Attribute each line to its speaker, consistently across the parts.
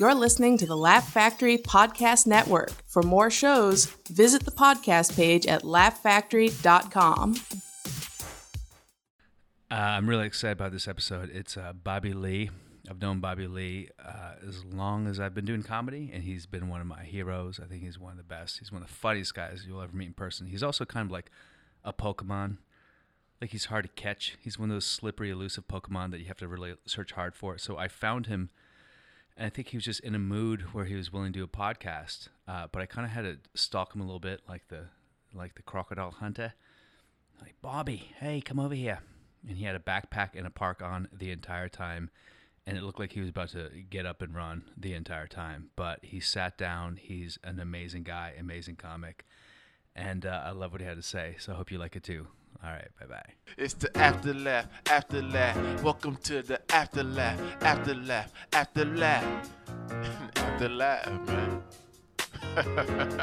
Speaker 1: you're listening to the Laugh Factory Podcast Network. For more shows, visit the podcast page at laughfactory.com.
Speaker 2: Uh, I'm really excited about this episode. It's uh, Bobby Lee. I've known Bobby Lee uh, as long as I've been doing comedy, and he's been one of my heroes. I think he's one of the best. He's one of the funniest guys you'll ever meet in person. He's also kind of like a Pokemon. Like he's hard to catch. He's one of those slippery, elusive Pokemon that you have to really search hard for. So I found him, and I think he was just in a mood where he was willing to do a podcast. Uh, but I kind of had to stalk him a little bit, like the like the crocodile hunter. Like Bobby, hey, come over here. And he had a backpack and a park on the entire time and it looked like he was about to get up and run the entire time. But he sat down. He's an amazing guy, amazing comic, and uh, I love what he had to say. So I hope you like it too. All right, bye bye.
Speaker 3: It's the after laugh, after laugh. Welcome to the after laugh, after laugh, after laugh, after laugh, man.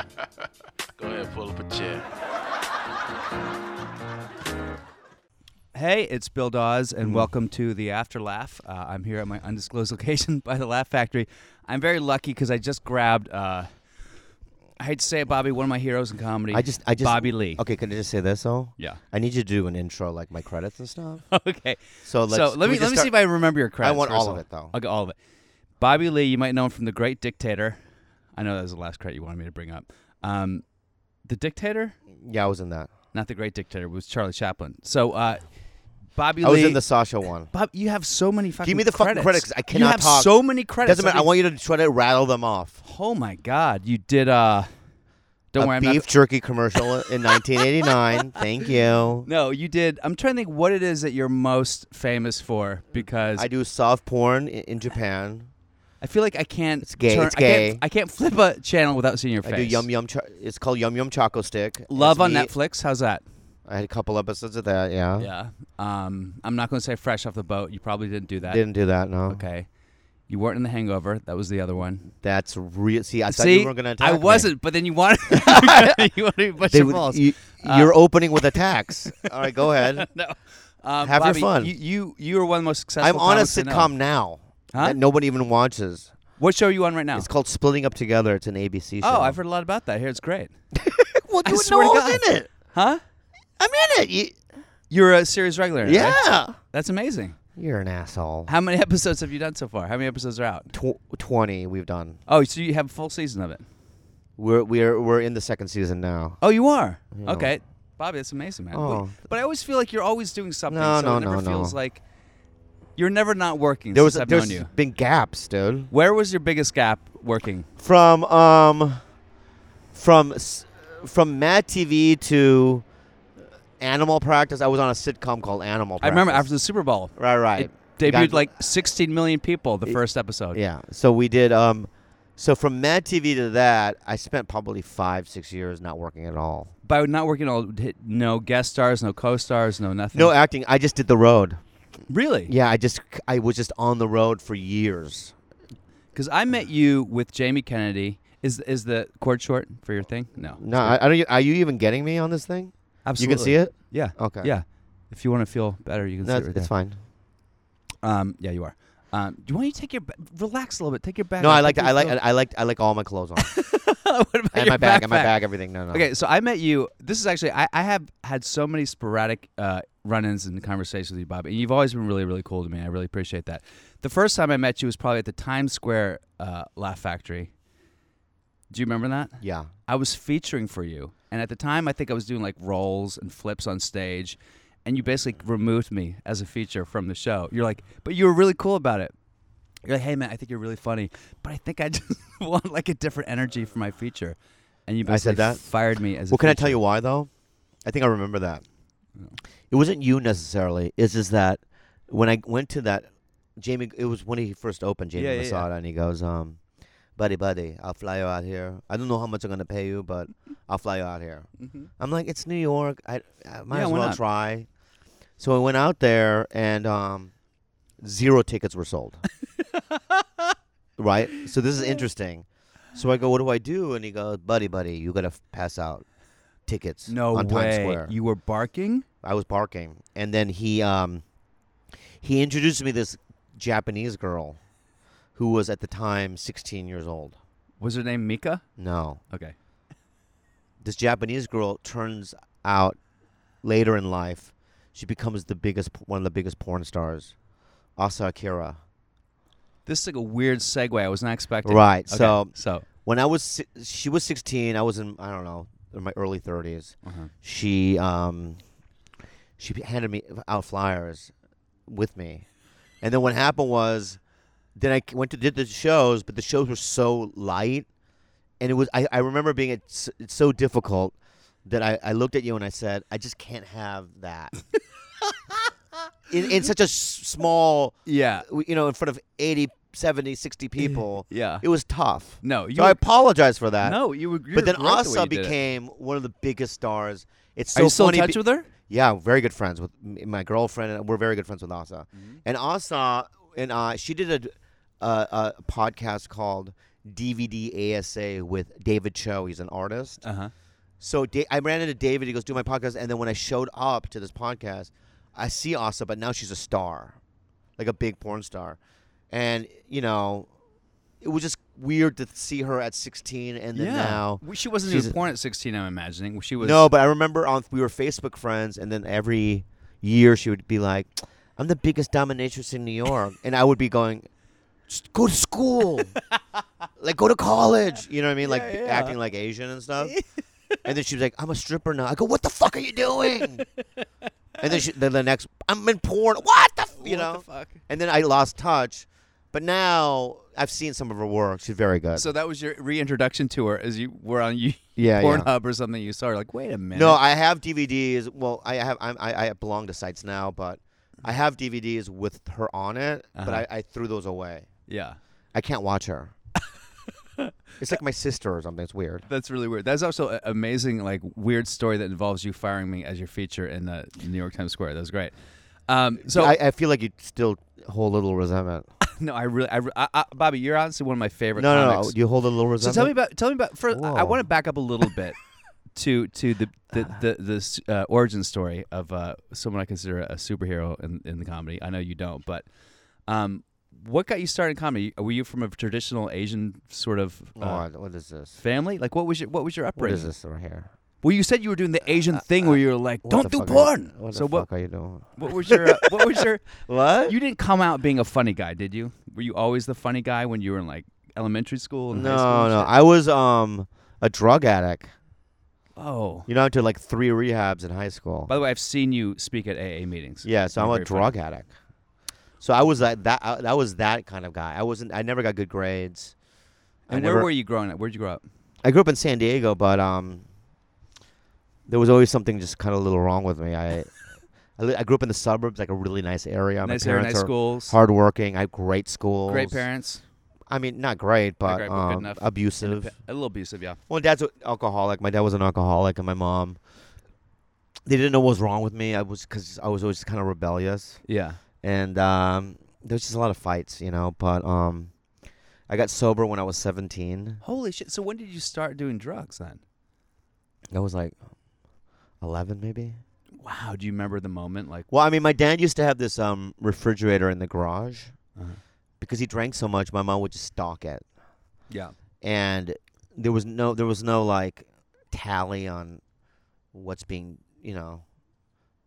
Speaker 3: Go ahead, pull up a chair.
Speaker 4: Hey, it's Bill Dawes,
Speaker 5: Mm.
Speaker 4: and welcome to the After Laugh. Uh, I'm here at my undisclosed location by the Laugh Factory. I'm very lucky because I just grabbed. Uh, I hate to say it, Bobby, one of my heroes in comedy.
Speaker 5: I just, I just,
Speaker 4: Bobby Lee.
Speaker 5: Okay, can I just say this though?
Speaker 4: Yeah.
Speaker 5: I need you to do an intro, like my credits and stuff.
Speaker 4: okay.
Speaker 5: So let's.
Speaker 4: so let me let me see if I remember your credits.
Speaker 5: want
Speaker 4: first
Speaker 5: all of
Speaker 4: all.
Speaker 5: it, though.
Speaker 4: Okay, all of it. Bobby Lee, you might know him from The Great Dictator. I know that was the last credit you wanted me to bring up. Um, the Dictator,
Speaker 5: Yeah, I was in that.
Speaker 4: not The Great Dictator, it was Charlie Chaplin. So, uh, Bobby
Speaker 5: I
Speaker 4: Lee.
Speaker 5: was in the Sasha one.
Speaker 4: Bob, you have so many fucking.
Speaker 5: Give me the
Speaker 4: credits.
Speaker 5: fucking credits. 'cause I cannot
Speaker 4: You have
Speaker 5: talk.
Speaker 4: so many credits.
Speaker 5: Doesn't matter. I want you to try to rattle them off.
Speaker 4: Oh my god, you did. uh Don't
Speaker 5: a
Speaker 4: worry,
Speaker 5: beef
Speaker 4: I'm not.
Speaker 5: jerky commercial in 1989. Thank you.
Speaker 4: No, you did. I'm trying to think what it is that you're most famous for because
Speaker 5: I
Speaker 4: I,
Speaker 5: do soft porn in, in Japan.
Speaker 4: feel like I can't. It's
Speaker 5: gay,
Speaker 4: Turn,
Speaker 5: it's
Speaker 4: I
Speaker 5: gay.
Speaker 4: can't, I can't flip a channel without seeing your face.
Speaker 5: I do yum yum. Cho- it's called yum yum choco stick.
Speaker 4: Love
Speaker 5: It's
Speaker 4: on
Speaker 5: me-
Speaker 4: Netflix. How's that?
Speaker 5: I had a couple episodes of that. Yeah.
Speaker 4: Yeah. Um, I'm not going to say fresh off the boat. You probably didn't do that.
Speaker 5: Didn't do that. No.
Speaker 4: Okay. You weren't in The Hangover. That was the other one.
Speaker 5: That's real. See, I thought
Speaker 4: See,
Speaker 5: you were gonna. Attack
Speaker 4: I
Speaker 5: me.
Speaker 4: wasn't, but then you wanted. you wanted me to push
Speaker 5: They
Speaker 4: your
Speaker 5: would-
Speaker 4: balls.
Speaker 5: you,
Speaker 4: Uh,
Speaker 5: are opening with attacks. All right, go ahead.
Speaker 4: no. Um,
Speaker 5: Have your
Speaker 4: Bobby,
Speaker 5: fun.
Speaker 4: You, you you are one of the most successful.
Speaker 5: I'm on a
Speaker 4: comics I know.
Speaker 5: sitcom now
Speaker 4: Huh?
Speaker 5: that nobody even watches.
Speaker 4: What show are you on right now?
Speaker 5: It's called Splitting Up Together. It's an ABC show.
Speaker 4: oh, I've heard a lot about that. Here, it's great.
Speaker 5: Well,
Speaker 4: I
Speaker 5: you
Speaker 4: swear
Speaker 5: know
Speaker 4: to
Speaker 5: I was
Speaker 4: God.
Speaker 5: in it.
Speaker 4: Huh?
Speaker 5: I'm in it. You-
Speaker 4: You're a series regular. right?
Speaker 5: yeah.
Speaker 4: That's amazing.
Speaker 5: You're an asshole.
Speaker 4: How many episodes have you done so far? How many episodes are out?
Speaker 5: Tw- Twenty. We've done.
Speaker 4: Oh, so you have a full season of it.
Speaker 5: We're we're we're in the second season now.
Speaker 4: Oh, you are?
Speaker 5: Yeah.
Speaker 4: Okay. Bobby, that's amazing, man.
Speaker 5: Oh.
Speaker 4: But, but I always feel like you're always doing something.
Speaker 5: No,
Speaker 4: so
Speaker 5: no,
Speaker 4: it never
Speaker 5: no, no.
Speaker 4: feels like you're never not working
Speaker 5: There was
Speaker 4: since I've
Speaker 5: there's
Speaker 4: known you.
Speaker 5: been gaps, dude.
Speaker 4: Where was your biggest gap working?
Speaker 5: From um, from s- from Mad TV to Animal Practice. I was on a sitcom called Animal. Practice.
Speaker 4: I remember after the Super Bowl.
Speaker 5: Right, right.
Speaker 4: It debuted
Speaker 5: Got-
Speaker 4: like 16 million people the first episode.
Speaker 5: Yeah. So we did. Um, so from Mad TV to that, I spent probably five, six years not working at all.
Speaker 4: By not working all, no guest stars, no co-stars, no nothing.
Speaker 5: No acting. I just did the road.
Speaker 4: really?
Speaker 5: Yeah, I just I was just on the road for years.
Speaker 4: Because I met you with Jamie Kennedy. Is is the cord short for your thing? No.
Speaker 5: No, I, I don't. e- Are you even getting me on this thing?
Speaker 4: Absolutely.
Speaker 5: see it?
Speaker 4: Yeah.
Speaker 5: Okay.
Speaker 4: Yeah. If you want to feel better, you can
Speaker 5: No,
Speaker 4: see
Speaker 5: it's,
Speaker 4: it right there.
Speaker 5: it's fine.
Speaker 4: Um, yeah, you are. Um, do you want you to take your ba- relax a little bit? Take your back.
Speaker 5: No,
Speaker 4: off,
Speaker 5: I like
Speaker 4: take
Speaker 5: to, I
Speaker 4: your
Speaker 5: like
Speaker 4: clothes-
Speaker 5: I like I like all my clothes on
Speaker 4: what about
Speaker 5: and
Speaker 4: your
Speaker 5: my bag and my
Speaker 4: backpack?
Speaker 5: bag everything. No, no.
Speaker 4: Okay, so I met you. This is actually I, I have had so many sporadic uh, run-ins and conversations with you, Bob, and you've always been really, really cool to me. I really appreciate that. The first time I met you was probably at the Times Square uh, Laugh Factory. Do you remember that?
Speaker 5: Yeah.
Speaker 4: I was featuring for you, and at the time, I think I was doing like rolls and flips on stage, and you basically removed me as a feature from the show. You're like, but you were really cool about it. You're like, hey man, I think you're really funny, but I think I just want like a different energy for my feature, and you
Speaker 5: I
Speaker 4: basically
Speaker 5: said that?
Speaker 4: fired me as.
Speaker 5: Well,
Speaker 4: a
Speaker 5: can I
Speaker 4: feature.
Speaker 5: tell you why though? I think I remember that. It wasn't you necessarily. It's just that when I went to that Jamie, it was when he first opened Jamie
Speaker 4: Yeah, yeah,
Speaker 5: Masada, and he goes, um, "Buddy, buddy, I'll fly you out here. I don't know how much I'm gonna pay you, but I'll fly you out here." I'm like, "It's New York. I, I might
Speaker 4: Mm-hmm. Yeah,
Speaker 5: as
Speaker 4: why
Speaker 5: well
Speaker 4: not?
Speaker 5: try." So I went out there, and um, zero tickets were sold. right. So this is interesting. So I go, "What do I do?" And he goes, "Buddy, buddy, you gotta f- pass out." Tickets
Speaker 4: No
Speaker 5: on
Speaker 4: way.
Speaker 5: Times Square.
Speaker 4: You were barking.
Speaker 5: I was barking, and then he um, he introduced me to this Japanese girl, who was at the time 16 years old.
Speaker 4: Was her name Mika?
Speaker 5: No,
Speaker 4: Okay.
Speaker 5: this Japanese girl turns out later in life, she becomes the biggest, one of the biggest porn stars, Asa Akira.
Speaker 4: This is like a weird segue. I was not expecting.
Speaker 5: Right,
Speaker 4: Okay,
Speaker 5: so-
Speaker 4: so
Speaker 5: When I was, si- she was 16. I was in, I don't know, in my early 30s.
Speaker 4: uh-huh.
Speaker 5: She, um, she handed me out flyers with me, and then what happened was, then I c- went to did the shows, but the shows were so light, and it was I, I remember being it's, it's so difficult that I, I looked at you and I said I just can't have that. in, in such a s- small
Speaker 4: yeah,
Speaker 5: w- you know, in front of 80, 70, 60 people.
Speaker 4: yeah.
Speaker 5: It was tough.
Speaker 4: No, you
Speaker 5: so I
Speaker 4: were-
Speaker 5: apologize for that.
Speaker 4: no, you were. you
Speaker 5: But
Speaker 4: were
Speaker 5: then
Speaker 4: great the way
Speaker 5: Asa
Speaker 4: you did it.
Speaker 5: became one of the biggest stars. It's
Speaker 4: Are
Speaker 5: so
Speaker 4: you still in
Speaker 5: funny.
Speaker 4: touch
Speaker 5: be-
Speaker 4: with her?
Speaker 5: yeah, very good friends with m- my girlfriend, and we're very good friends with Asa. And Asa and uh, she did a, a, a podcast called DVD ASA with David Cho. He's an artist.
Speaker 4: Uh huh.
Speaker 5: So da- I ran into David. He goes, "Do my podcast." And then when I showed up to this podcast, I see Asa, but now she's a star, like a big porn star. And you know, it was just weird to see her at 16, and then now
Speaker 4: Well, she wasn't
Speaker 5: she's
Speaker 4: doing
Speaker 5: a-
Speaker 4: porn at 16. I'm imagining she was.
Speaker 5: no. But I remember on we were Facebook friends, and then every year she would be like, "I'm the biggest dominatrix in New York," and I would be going, "Just "Go to school, like go to college." You know what I mean? like
Speaker 4: yeah, yeah.
Speaker 5: acting like Asian and stuff. and then she was like, "I'm a stripper now." I go, "What the fuck are you doing?" and then she, then the next, "I'm in porn." What the f-? you know? And then I lost touch, but now I've seen some of her work. She's very good.
Speaker 4: So that was your reintroduction to her as you were on you
Speaker 5: Yeah, yeah.
Speaker 4: Pornhub or something. You saw her like, wait a minute.
Speaker 5: No, I have DVDs. Well, I have. I'm, I I belong to sites now, but I have DVDs with her on it. But
Speaker 4: Uh-huh.
Speaker 5: I, I threw those away.
Speaker 4: yeah,
Speaker 5: I can't watch her. it's like my sister or something. It's weird.
Speaker 4: that's really weird. That's also an amazing, like weird story that involves you firing me as your feature in the New York Times Square. That was great. Um, so
Speaker 5: I, I feel like you still hold a little resentment.
Speaker 4: no, I really, I, re- I, I, Bobby, you're honestly one of my favorite.
Speaker 5: No, no,
Speaker 4: comics.
Speaker 5: no. You hold a little
Speaker 4: So
Speaker 5: resentment.
Speaker 4: tell me about tell me about first. I
Speaker 5: Whoa.
Speaker 4: want to back up a little bit to to the the the, the uh, origin story of uh, someone I consider a superhero in, in the comedy. I know you don't, but um, what got you started in comedy? Were you from a traditional Asian sort of uh,
Speaker 5: God, what is this?
Speaker 4: family? Like what was your what was your
Speaker 5: What
Speaker 4: upbringing?
Speaker 5: is this right here?
Speaker 4: Well, you said you were doing the Asian thing where you were like,
Speaker 5: What
Speaker 4: "Don't
Speaker 5: the
Speaker 4: do
Speaker 5: fuck are-
Speaker 4: porn."
Speaker 5: what
Speaker 4: so
Speaker 5: the
Speaker 4: what
Speaker 5: fuck are you doing?
Speaker 4: what was your uh, what was your
Speaker 5: What?
Speaker 4: you didn't come out being a funny guy, did you? Were you always the funny guy when you were in like elementary school and high school?
Speaker 5: No,
Speaker 4: and
Speaker 5: no. I was um a drug addict.
Speaker 4: shit? Oh.
Speaker 5: You know, I did like three rehabs in high school.
Speaker 4: By the way, I've seen you speak at AA meetings.
Speaker 5: Yeah, so
Speaker 4: You're
Speaker 5: I'm a
Speaker 4: very funny.
Speaker 5: drug addict. So I was like that. I, that was that kind of guy. I wasn't. I never got good grades. I
Speaker 4: And where
Speaker 5: never-
Speaker 4: were you growing up? Where'd you grow up?
Speaker 5: I grew up in San Diego, but um, there was always something just kind of a little wrong with me. I, I, li- I grew up in the suburbs, like a really nice area.
Speaker 4: nice
Speaker 5: My
Speaker 4: area,
Speaker 5: parents
Speaker 4: nice
Speaker 5: are
Speaker 4: schools,
Speaker 5: hardworking. I have great schools.
Speaker 4: great parents,
Speaker 5: I mean, not great, but
Speaker 4: great, but good
Speaker 5: um,
Speaker 4: enough.
Speaker 5: abusive.
Speaker 4: a little abusive, yeah.
Speaker 5: Well, dad's an alcoholic. My dad was an alcoholic, and my mom. They didn't know what was wrong with me. I was because I was always kind of rebellious.
Speaker 4: Yeah.
Speaker 5: and um, there's just a lot of fights, you know. But um, I got sober when I was 17.
Speaker 4: Holy shit! So when did you start doing drugs then?
Speaker 5: I was like 11, maybe.
Speaker 4: Wow. Do you remember the moment? Like,
Speaker 5: Well, I mean, my dad used to have this um, refrigerator in the garage
Speaker 4: Uh-huh.
Speaker 5: because he drank so much. My mom would just stock it,
Speaker 4: yeah.
Speaker 5: and there was no, there was no like tally on what's being, you know,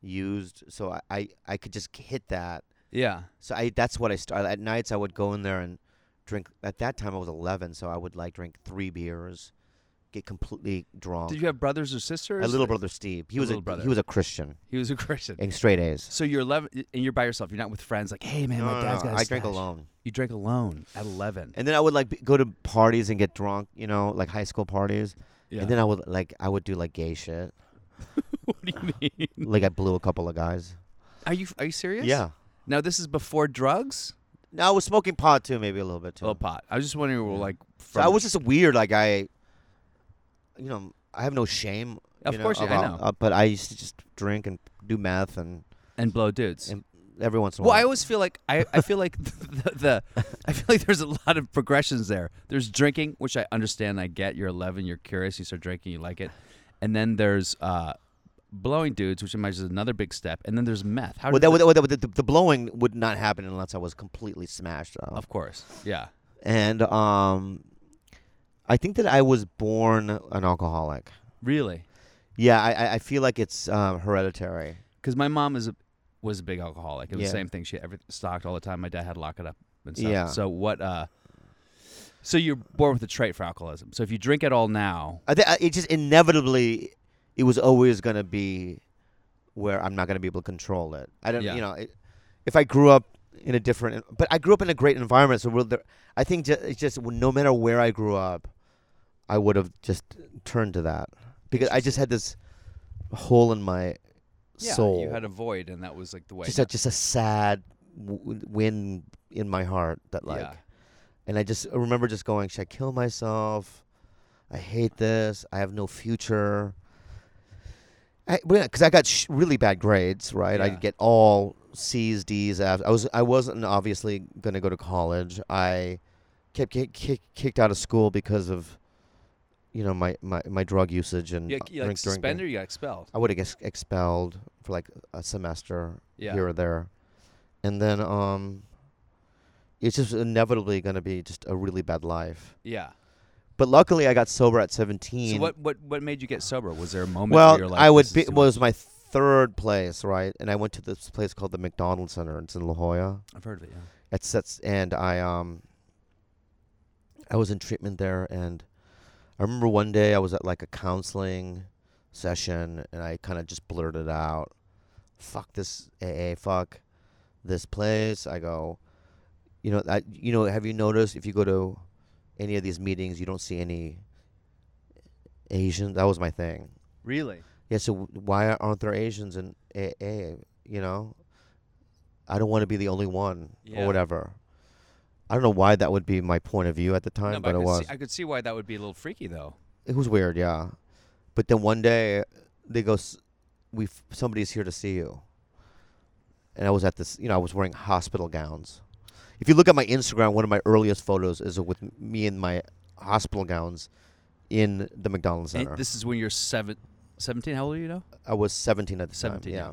Speaker 5: used. So I, I, I could just hit that
Speaker 4: Yeah.
Speaker 5: So I that's what I started at nights. I would go in there and drink. At that time, I was 11, so I would like drink three beers, get completely drunk.
Speaker 4: Did you have brothers or sisters?
Speaker 5: a little brother Steve? He
Speaker 4: A
Speaker 5: was a
Speaker 4: little brother.
Speaker 5: he was a Christian
Speaker 4: He was a Christian.
Speaker 5: and straight A's.
Speaker 4: So you're 11 and you're by yourself. You're not with friends. Like, hey man, my dad's got. a
Speaker 5: I drank
Speaker 4: stash."
Speaker 5: alone,
Speaker 4: You drank alone at 11.
Speaker 5: and then I would like be- go to parties and get drunk. You know, like high school parties.
Speaker 4: Yeah.
Speaker 5: And then I would like I would do like gay shit.
Speaker 4: what do you mean?
Speaker 5: Like I blew a couple of guys.
Speaker 4: Are you are you serious?
Speaker 5: Yeah.
Speaker 4: Now this is before drugs.
Speaker 5: No, I was smoking pot too, maybe a little bit too.
Speaker 4: A little pot. I was just wondering, well, like,
Speaker 5: So
Speaker 4: from,
Speaker 5: I was just weird. Like I, you know, I have no shame.
Speaker 4: Of
Speaker 5: know,
Speaker 4: course you- I
Speaker 5: about-
Speaker 4: know.
Speaker 5: uh, but I used to just drink and do meth and
Speaker 4: and blow dudes.
Speaker 5: and every once in a
Speaker 4: Well, I
Speaker 5: while.
Speaker 4: always feel like I, I feel like the, the I feel like there's a lot of progressions there. There's drinking, which I understand, I get. You're 11, you're curious, you start drinking, you like it, and then there's uh, blowing dudes, which I imagine is another big step, and then there's meth. How
Speaker 5: Well,
Speaker 4: did
Speaker 5: that, would- that, would- the, the blowing would not happen unless I was completely smashed. Up.
Speaker 4: of course, yeah.
Speaker 5: and um, I think that I was born an alcoholic.
Speaker 4: Really?
Speaker 5: Yeah, I- I, I feel like it's um, hereditary.
Speaker 4: Because my mom is a, was a big alcoholic. It was
Speaker 5: Yeah.
Speaker 4: the same thing. She had everything stocked all the time. My dad had to lock it up and stuff.
Speaker 5: Yeah.
Speaker 4: So what? Uh, so you're born with a trait for alcoholism. So if you drink at all now,
Speaker 5: I think it just inevitably, it was always going to be where I'm not going to be able to control it. I don't,
Speaker 4: Yeah.
Speaker 5: you know, it, if I grew up in a different, but I grew up in a great environment. So we're there, I think ju- it's just no matter where I grew up, I would have just turned to that because I just had this hole in my
Speaker 4: yeah,
Speaker 5: soul,
Speaker 4: you had a void, and that was like the way.
Speaker 5: just a, just a sad w- wind in my heart that like
Speaker 4: yeah.
Speaker 5: and I just I remember just going, should I kill myself? I hate this. I have no future. Because I, got sh- really bad grades, right? I
Speaker 4: Yeah.
Speaker 5: get all C's, D's, F's. I was I wasn't obviously going to go to college. I kept get kick, kicked out of school because of, you know, my, my, my drug usage and
Speaker 4: You,
Speaker 5: uh,
Speaker 4: got- you got, like
Speaker 5: drink- drinking.
Speaker 4: suspended, or you got expelled.
Speaker 5: I would have guess expelled for like a semester
Speaker 4: Yeah.
Speaker 5: here or there, and then um, it's just inevitably going to be just a really bad life.
Speaker 4: Yeah.
Speaker 5: But luckily, I got sober at seventeen.
Speaker 4: So what, what what made you get sober? Was there a moment? where you're
Speaker 5: well,
Speaker 4: like,
Speaker 5: I would
Speaker 4: this
Speaker 5: be
Speaker 4: is too
Speaker 5: was my third place, right? And I went to this place called the McDonald Center. It's in La Jolla.
Speaker 4: much- I've heard of it. Yeah.
Speaker 5: It sets and I um I was in treatment there and I remember one day I was at like a counseling session and I kind of just blurted out fuck this AA fuck this place I go you know I you know have you noticed if you go to any of these meetings you don't see any Asian that was my thing
Speaker 4: Really?
Speaker 5: yeah, so w- why aren't there Asians in AA? You know, I don't want to be the only one
Speaker 4: Yeah.
Speaker 5: or whatever. I don't know why that would be my point of view at the time,
Speaker 4: no,
Speaker 5: but,
Speaker 4: but I
Speaker 5: it
Speaker 4: could,
Speaker 5: was.
Speaker 4: see, I could see why that would be a little freaky though.
Speaker 5: it was weird, yeah. But then one day they go, "S- "We have somebody's here to see you," and I was at this. You know, I was wearing hospital gowns. If you look at my Instagram, one of my earliest photos is with m- me in my hospital gowns in the McDonald's
Speaker 4: And
Speaker 5: Center.
Speaker 4: this is when you're seven, 17. How old are you now?
Speaker 5: I was 17 at the
Speaker 4: 17,
Speaker 5: time.
Speaker 4: yeah.
Speaker 5: Yeah.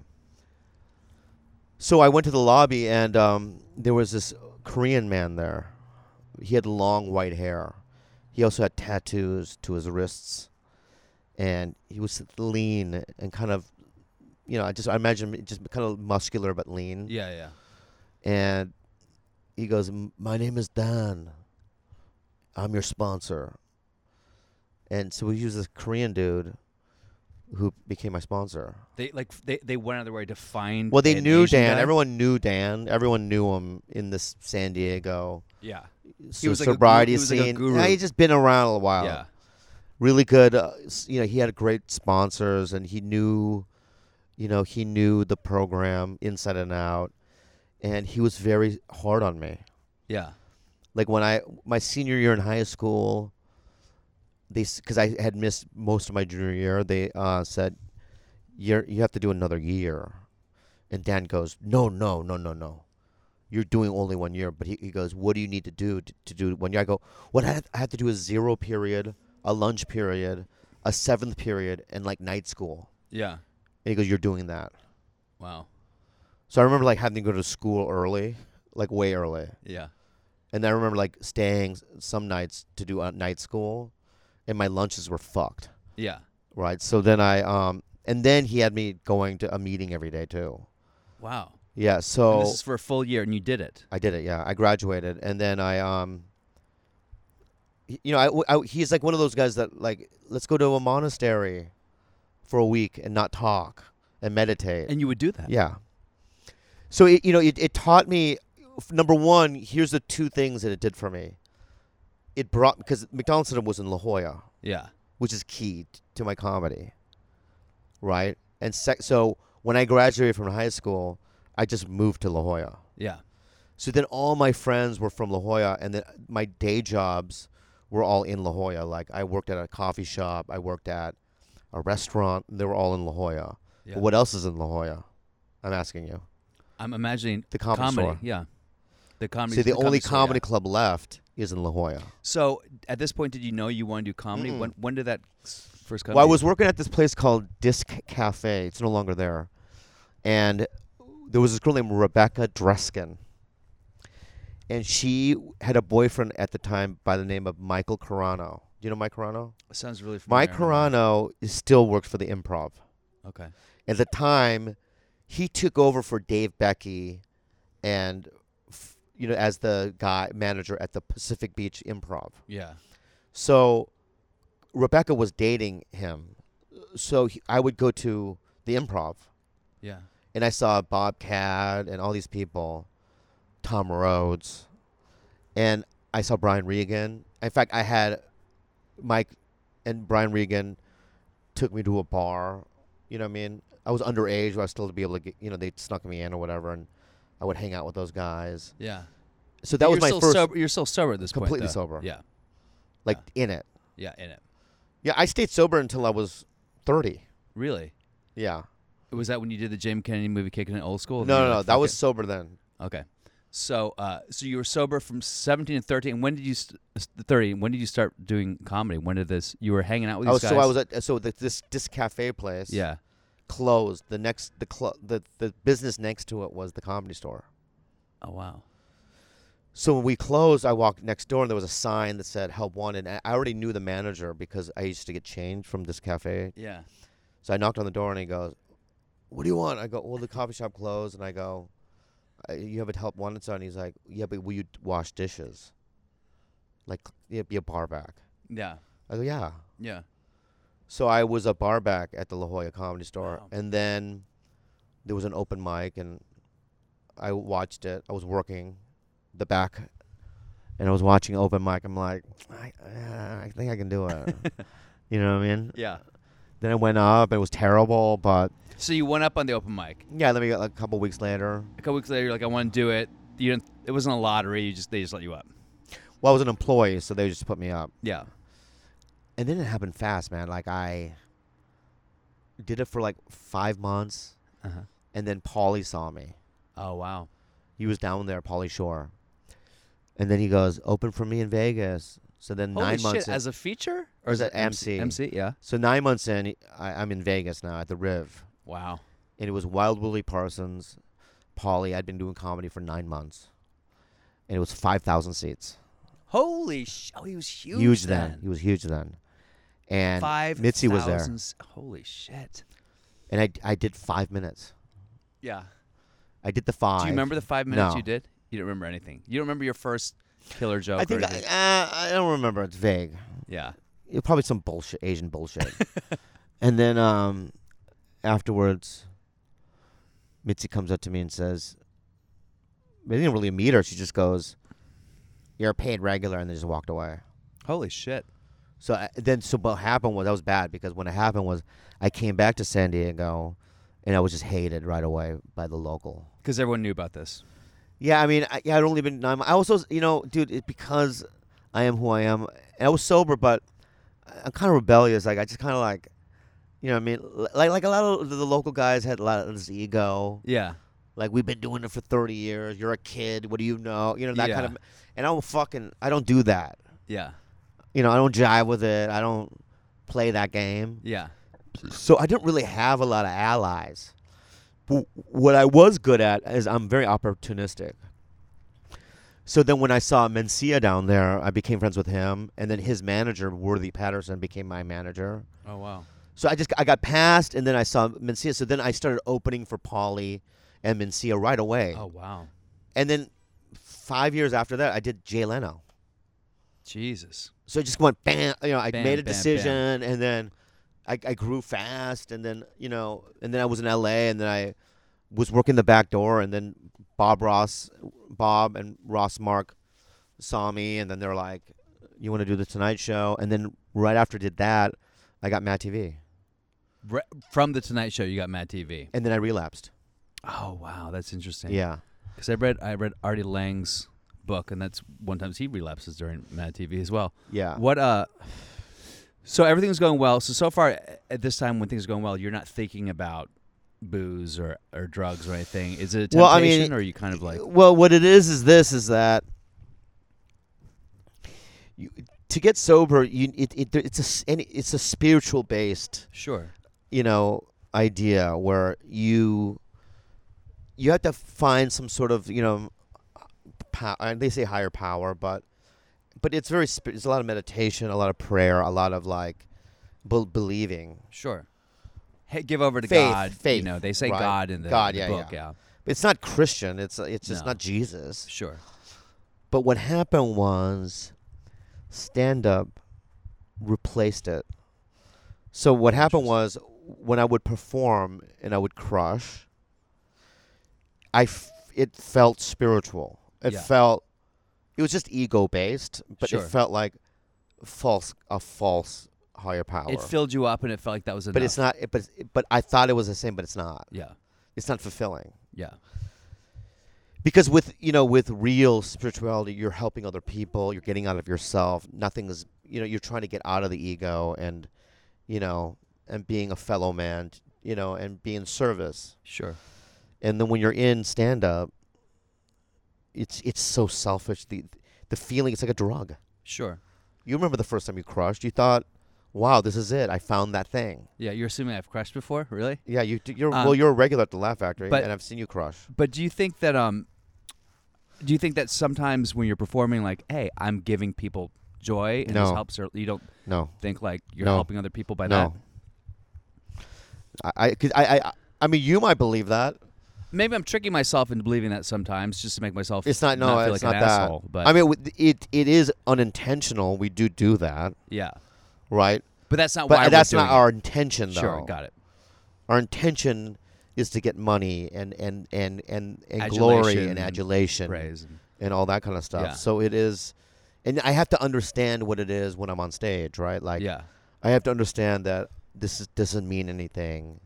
Speaker 5: So I went to the lobby and um, there was this Korean man there. He had long white hair. He also had tattoos to his wrists, and he was lean and kind of, you know, I just I imagine him just kind of muscular but lean.
Speaker 4: Yeah, yeah.
Speaker 5: And he goes, "M- "My name is Dan. I'm your sponsor." And so he was this Korean dude who became my sponsor.
Speaker 4: They like f- they, they went out of their way to find.
Speaker 5: Well, they
Speaker 4: an
Speaker 5: knew
Speaker 4: Asian
Speaker 5: Dan.
Speaker 4: guy?
Speaker 5: Everyone knew Dan. Everyone knew him in this San Diego
Speaker 4: Yeah,
Speaker 5: he
Speaker 4: was like a gu-
Speaker 5: sobriety
Speaker 4: he was like
Speaker 5: scene.
Speaker 4: a guru.
Speaker 5: Yeah, he'd just been around a while.
Speaker 4: yeah.
Speaker 5: Really good. Uh, s- you know, he had great sponsors, and he knew, you know, he knew the program inside and out, and he was very hard on me.
Speaker 4: Yeah.
Speaker 5: Like when I my senior year in high school, they because I had missed most of my junior year, they uh, said, "You you have to do another year," and Dan goes, "No, no, no, no, no." You're doing only one year, but he, he goes, "What do you need to do to, to do one year?" I go, "What I have, I have to do is zero period, a lunch period, a seventh period, and like night school."
Speaker 4: Yeah.
Speaker 5: And he goes, "You're doing that."
Speaker 4: Wow.
Speaker 5: So I remember like having to go to school early, like way early.
Speaker 4: Yeah.
Speaker 5: And I remember like staying s- some nights to do uh, night school, and my lunches were fucked,
Speaker 4: Yeah.
Speaker 5: right? So then I um and then he had me going to a meeting every day too.
Speaker 4: Wow.
Speaker 5: Yeah,
Speaker 4: And
Speaker 5: so
Speaker 4: this is for a full year, and you did it.
Speaker 5: I did it. Yeah, I graduated, and then I um. y- You know, I, w- I- he's like one of those guys that like let's go to a monastery for a week and not talk and meditate.
Speaker 4: And you would do that.
Speaker 5: Yeah. So it, you know, it, it taught me f- number one. Here's the two things that it did for me. It brought because McDonald's Center was in La Jolla,
Speaker 4: Yeah.
Speaker 5: which is key t- to my comedy, right? And sec- so when I graduated from high school, I just moved to La Jolla.
Speaker 4: Yeah.
Speaker 5: So then all my friends were from La Jolla, and then uh, my day jobs were all in La Jolla. Like I worked at a coffee shop, I worked at a restaurant. They were all in La Jolla.
Speaker 4: Yeah.
Speaker 5: But what else is in La Jolla? I'm asking you.
Speaker 4: I'm imagining
Speaker 5: The comedy store.
Speaker 4: Yeah. The comedy.
Speaker 5: See, the, only
Speaker 4: store, yeah.
Speaker 5: comedy club left is in La Jolla.
Speaker 4: So at this point, did you know you wanted to do comedy? When when did that s- first come?
Speaker 5: Well, I
Speaker 4: to you?
Speaker 5: was working at this place called Disc Cafe. It's no longer there. And there was this girl named Rebecca Dreskin. and she had a boyfriend at the time by the name of Michael Carano. Do you know Mike Carano?
Speaker 4: Sounds really familiar.
Speaker 5: Mike Carano is still works for the Improv.
Speaker 4: Okay.
Speaker 5: At the time, he took over for Dave Becky, and f- you know as the guy manager at the Pacific Beach Improv.
Speaker 4: Yeah.
Speaker 5: So Rebecca was dating him. So he, I would go to the improv
Speaker 4: Yeah.
Speaker 5: and I saw Bobcat and all these people, Tom Rhodes, and I saw Brian Regan. In fact, I had Mike and Brian Regan took me to a bar. You know what I mean? I was underage, but I was still to be able to get, you know, they snuck me in or whatever, and I would hang out with those guys.
Speaker 4: Yeah.
Speaker 5: So that was
Speaker 4: You're
Speaker 5: my
Speaker 4: still
Speaker 5: first,
Speaker 4: Sober, you're still sober at this point.
Speaker 5: Completely
Speaker 4: though.
Speaker 5: sober.
Speaker 4: Yeah.
Speaker 5: like, in it.
Speaker 4: Yeah. In it.
Speaker 5: Yeah, I stayed sober until I was 30.
Speaker 4: Really.
Speaker 5: Yeah.
Speaker 4: Was that when you did the Jim Kennedy movie, Kicking It Old School? and
Speaker 5: No,
Speaker 4: you're
Speaker 5: no, no.
Speaker 4: like,
Speaker 5: That
Speaker 4: "Fuck
Speaker 5: was
Speaker 4: it"?
Speaker 5: sober then.
Speaker 4: Okay. So, uh, so you were sober from 17 to 13. When did you st- st- 30? When did you start doing comedy? When did this? You were hanging out with
Speaker 5: I
Speaker 4: these
Speaker 5: was,
Speaker 4: guys.
Speaker 5: Oh, so I was at so the, this this cafe place.
Speaker 4: Yeah.
Speaker 5: Closed. The next the cl- the the business next to it was the comedy store.
Speaker 4: Oh wow.
Speaker 5: So when we closed, I walked next door and there was a sign that said "Help Wanted." And I already knew the manager because I used to get change from this cafe.
Speaker 4: Yeah.
Speaker 5: So I knocked on the door and he goes, "What do you want?" I go, "Well, the coffee shop closed." And I go, "Uh, "You have a Help Wanted sign." He's like, "Yeah, but will you d- wash dishes? Like, yeah, be a bar back."
Speaker 4: Yeah.
Speaker 5: I go, "Yeah."
Speaker 4: Yeah.
Speaker 5: So I was a bar back at the La Jolla Comedy Store,
Speaker 4: Wow.
Speaker 5: and then there was an open mic, and I watched it. I was working the back, and I was watching open mic. I'm like, I, uh, I think I can do it. you know what I mean?
Speaker 4: Yeah.
Speaker 5: Then I went up. It was terrible, but
Speaker 4: So you went up on the open mic.
Speaker 5: yeah. Then we got like, a couple weeks later.
Speaker 4: A couple weeks later, you're like, I want to do it. You didn't. It wasn't a lottery. You just they just let you up.
Speaker 5: Well, I was an employee, so they just put me up.
Speaker 4: Yeah.
Speaker 5: And then it happened fast, man. Like I did it for like five months,
Speaker 4: Uh-huh.
Speaker 5: and then Paulie saw me.
Speaker 4: Oh wow.
Speaker 5: He was down there, Pauly Shore. And then he goes, open for me in Vegas. So then
Speaker 4: Holy
Speaker 5: nine
Speaker 4: shit,
Speaker 5: months in,
Speaker 4: as a feature
Speaker 5: Or is
Speaker 4: as
Speaker 5: that MC?
Speaker 4: MC, yeah.
Speaker 5: so nine months in, I, I'm in Vegas now at the Riv,
Speaker 4: Wow.
Speaker 5: and it was Wild Willie Parsons, Pauly. I'd been doing comedy for nine months, and it was five thousand seats.
Speaker 4: Holy sh! Oh, he was huge.
Speaker 5: then. he was huge then, and
Speaker 4: Five.
Speaker 5: Mitzi was there,
Speaker 4: thousands- Holy shit.
Speaker 5: and I I did five minutes.
Speaker 4: Yeah.
Speaker 5: I did the five.
Speaker 4: Do you remember the five minutes
Speaker 5: No.
Speaker 4: you did? You don't remember anything. You don't remember your first killer joke.
Speaker 5: I
Speaker 4: or
Speaker 5: think I,
Speaker 4: anything.
Speaker 5: uh, I don't remember. It's vague.
Speaker 4: yeah.
Speaker 5: it, probably some bullshit, Asian bullshit. and then um, afterwards, Mitzi comes up to me and says, "They didn't really meet her." She just goes, "You're a paid regular," and they just walked away.
Speaker 4: Holy shit.
Speaker 5: So I, then, so what happened was that was bad because when it happened was I came back to San Diego, and I was just hated right away by the local.
Speaker 4: Because everyone knew about this.
Speaker 5: Yeah, I mean, I, yeah, I'd only been nine. mo- I also, you know, dude, it, because I am who I am. And I was sober, but I- I'm kind of rebellious. Like I just kind of like, you know, what I mean, L- like like a lot of the the local guys had a lot of this ego.
Speaker 4: Yeah.
Speaker 5: Like we've been doing it for 30 years. You're a kid. What do you know? You know that kind
Speaker 4: Yeah.
Speaker 5: of. And I'm fucking. I don't do that.
Speaker 4: Yeah.
Speaker 5: You know, I don't jive with it. I don't play that game.
Speaker 4: Yeah.
Speaker 5: So I didn't really have a lot of allies. But what I was good at is I'm very opportunistic. So then when I saw Mencia down there, I became friends with him, and then his manager Worthy Patterson became my manager.
Speaker 4: Oh wow.
Speaker 5: So I just I got passed, and then I saw Mencia. So then I started opening for Pauly and Mencia right away,
Speaker 4: Oh wow.
Speaker 5: and then five years after that, I did Jay Leno.
Speaker 4: Jesus.
Speaker 5: So I just went bam, you know, I
Speaker 4: Bam,
Speaker 5: made a
Speaker 4: bam, bam.
Speaker 5: decision and then I, I grew fast and then, you know, and then I was in LA and then I was working the back door and then Bob Ross, Bob and Ross Mark saw me and then they're like, you want to do the Tonight Show? And then right after I did that, I got Matt TV
Speaker 4: Re- from the Tonight Show, you got Mad TV.
Speaker 5: and then I relapsed.
Speaker 4: Oh wow, that's interesting.
Speaker 5: Yeah.
Speaker 4: Because I read I read Artie Lang's book, and that's one times he relapses during Mad TV as well.
Speaker 5: Yeah.
Speaker 4: What uh. So everything's going well. So so far at this time, when things are going well, you're not thinking about booze or, or drugs or anything. Is it a temptation,
Speaker 5: Well, I mean,
Speaker 4: or are you kind of like
Speaker 5: well what it is is this is that you, to get sober you it, it it's a s- any- it's a spiritual based
Speaker 4: sure?
Speaker 5: you know idea where you you have to find some sort of you know p- power. They say higher power, but but it's very sp- it's a lot of meditation, a lot of prayer, a lot of like bel believing.
Speaker 4: Sure. Hey, give over to
Speaker 5: Faith,
Speaker 4: God.
Speaker 5: faith,
Speaker 4: you know, they say
Speaker 5: right.
Speaker 4: God in the,
Speaker 5: God,
Speaker 4: the
Speaker 5: yeah,
Speaker 4: book.
Speaker 5: yeah.
Speaker 4: Yeah.
Speaker 5: It's not Christian. It's it's just
Speaker 4: No.
Speaker 5: not Jesus.
Speaker 4: Sure.
Speaker 5: But what happened was stand up replaced it. So what happened was when I would perform and I would crush, I f- it felt spiritual. It
Speaker 4: Yeah.
Speaker 5: felt it was just ego based, but
Speaker 4: Sure.
Speaker 5: it felt like false a false higher power.
Speaker 4: It filled you up, and it felt like that was enough.
Speaker 5: but it's not. It, but it's- but I thought it was the same, but it's not.
Speaker 4: Yeah.
Speaker 5: It's not fulfilling
Speaker 4: Yeah.
Speaker 5: because with you know with real spirituality you're helping other people you're getting out of yourself nothing is you know you're trying to get out of the ego and you know and being a fellow man you know and being in service
Speaker 4: Sure.
Speaker 5: and then when you're in stand up it's it's so selfish the the feeling it's like a drug
Speaker 4: Sure.
Speaker 5: you remember the first time you crushed you thought wow this is it i found that thing
Speaker 4: Yeah. You're assuming I've crushed before, really?
Speaker 5: yeah you d- you're
Speaker 4: Um,
Speaker 5: well you're a regular at the laugh factory
Speaker 4: but-
Speaker 5: and i've seen you crush
Speaker 4: But do you think that um, do you think that sometimes when you're performing, like, hey, I'm giving people joy, and this
Speaker 5: No.
Speaker 4: helps, or you don't
Speaker 5: no
Speaker 4: think like you're
Speaker 5: No.
Speaker 4: helping other people by
Speaker 5: no I, I, 'cause I i i mean you might believe that
Speaker 4: that? Maybe I'm tricking myself into believing that sometimes, just to make myself
Speaker 5: It's not no,
Speaker 4: feel
Speaker 5: it's
Speaker 4: like
Speaker 5: not
Speaker 4: an
Speaker 5: that.
Speaker 4: asshole. But
Speaker 5: I mean, with- it it is unintentional. We do do that,
Speaker 4: yeah.
Speaker 5: right?
Speaker 4: But that's not
Speaker 5: But
Speaker 4: Uh, why
Speaker 5: that's
Speaker 4: we're doing
Speaker 5: not
Speaker 4: it.
Speaker 5: our intention, though.
Speaker 4: Sure, got it.
Speaker 5: Our intention is to get money and and and and, and glory
Speaker 4: Adulation,
Speaker 5: and adulation,
Speaker 4: Praise. and-
Speaker 5: and all that kind of stuff.
Speaker 4: Yeah.
Speaker 5: So it is, and I have to understand what it is when I'm on stage, right? Like,
Speaker 4: yeah.
Speaker 5: I have to understand that this is, doesn't mean anything,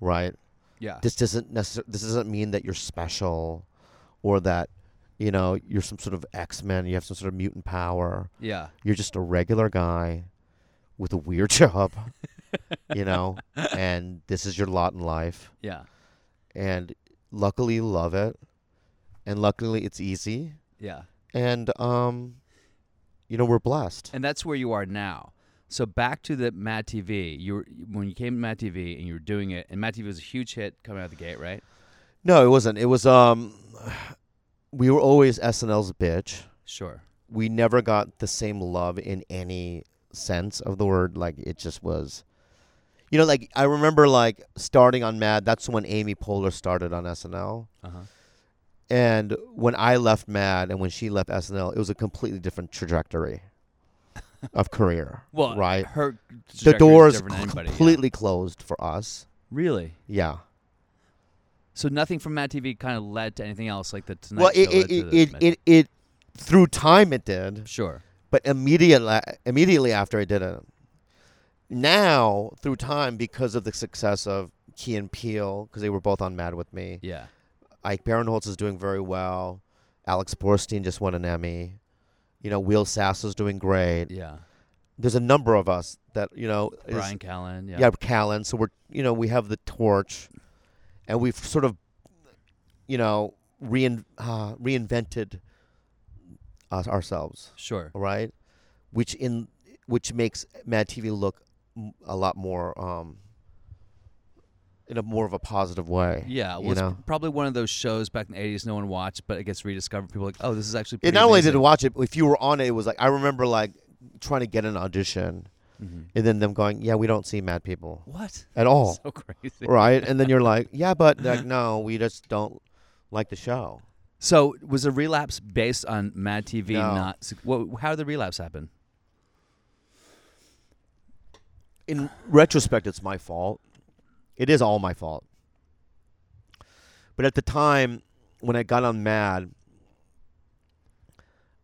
Speaker 5: right?
Speaker 4: Yeah.
Speaker 5: this doesn't necessarily this doesn't mean that you're special or that you know you're some sort of x-men you have some sort of mutant power
Speaker 4: yeah.
Speaker 5: you're just a regular guy with a weird job you know and this is your lot in life
Speaker 4: Yeah.
Speaker 5: and luckily you love it and luckily it's easy
Speaker 4: Yeah.
Speaker 5: and um you know we're blessed
Speaker 4: And that's where you are now. So back to the Mad TV. You were, when you came to Mad TV and you were doing it, and Mad TV was a huge hit coming out of the gate, right?
Speaker 5: no it wasn't it was um we were always snl's bitch
Speaker 4: Sure.
Speaker 5: we never got the same love in any sense of the word. Like it just was, you know. Like I remember, like starting on Mad. That's when Amy Poehler started on SNL,
Speaker 4: Uh huh.
Speaker 5: and when I left Mad and when she left SNL, it was a completely different trajectory of career.
Speaker 4: Well,
Speaker 5: right.
Speaker 4: Her trajectory
Speaker 5: The
Speaker 4: is
Speaker 5: doors
Speaker 4: different than anybody, yeah.
Speaker 5: completely closed for us.
Speaker 4: Really.
Speaker 5: Yeah.
Speaker 4: So nothing from Mad TV kind of led to anything else, like the Tonight
Speaker 5: well, it
Speaker 4: Show.
Speaker 5: it
Speaker 4: led to
Speaker 5: it,
Speaker 4: the
Speaker 5: it,
Speaker 4: Mad-
Speaker 5: it it through time it did.
Speaker 4: sure.
Speaker 5: but immediately immediately after I did it, now through time because of the success of Key and Peele because they were both on Mad with me,
Speaker 4: Yeah.
Speaker 5: Ike Barinholtz is doing very well. Alex Borstein just won an Emmy. You know, Will Sasso is doing great.
Speaker 4: Yeah.
Speaker 5: There's a number of us that you know. is-
Speaker 4: Brian Callen. Yeah.
Speaker 5: yeah, Callan. So we're you know we have the torch, and we've sort of, you know, rein, uh, reinvented us ourselves
Speaker 4: Sure.
Speaker 5: right? Which in which makes Mad TV look m- a lot more um in a more of a positive way.
Speaker 4: Yeah, well,
Speaker 5: you
Speaker 4: it's
Speaker 5: know.
Speaker 4: probably one of those shows back in the '80s no one watched, but it gets rediscovered. People are like, oh, this is actually.
Speaker 5: It
Speaker 4: Pretty
Speaker 5: not only did
Speaker 4: amazing."
Speaker 5: watch it, but if you were on it, it was like I remember like trying to get an audition,
Speaker 4: Mhm.
Speaker 5: and then them going, "Yeah, we don't see mad people
Speaker 4: What?
Speaker 5: at all,
Speaker 4: So crazy.
Speaker 5: right?" And then you're like, "Yeah, but they're like, no, we just don't like the show."
Speaker 4: So was the relapse based on Mad TV?
Speaker 5: No.
Speaker 4: Not what, how did the relapse happen?
Speaker 5: in retrospect, it's my fault. It is all my fault. But at the time when I got on Mad,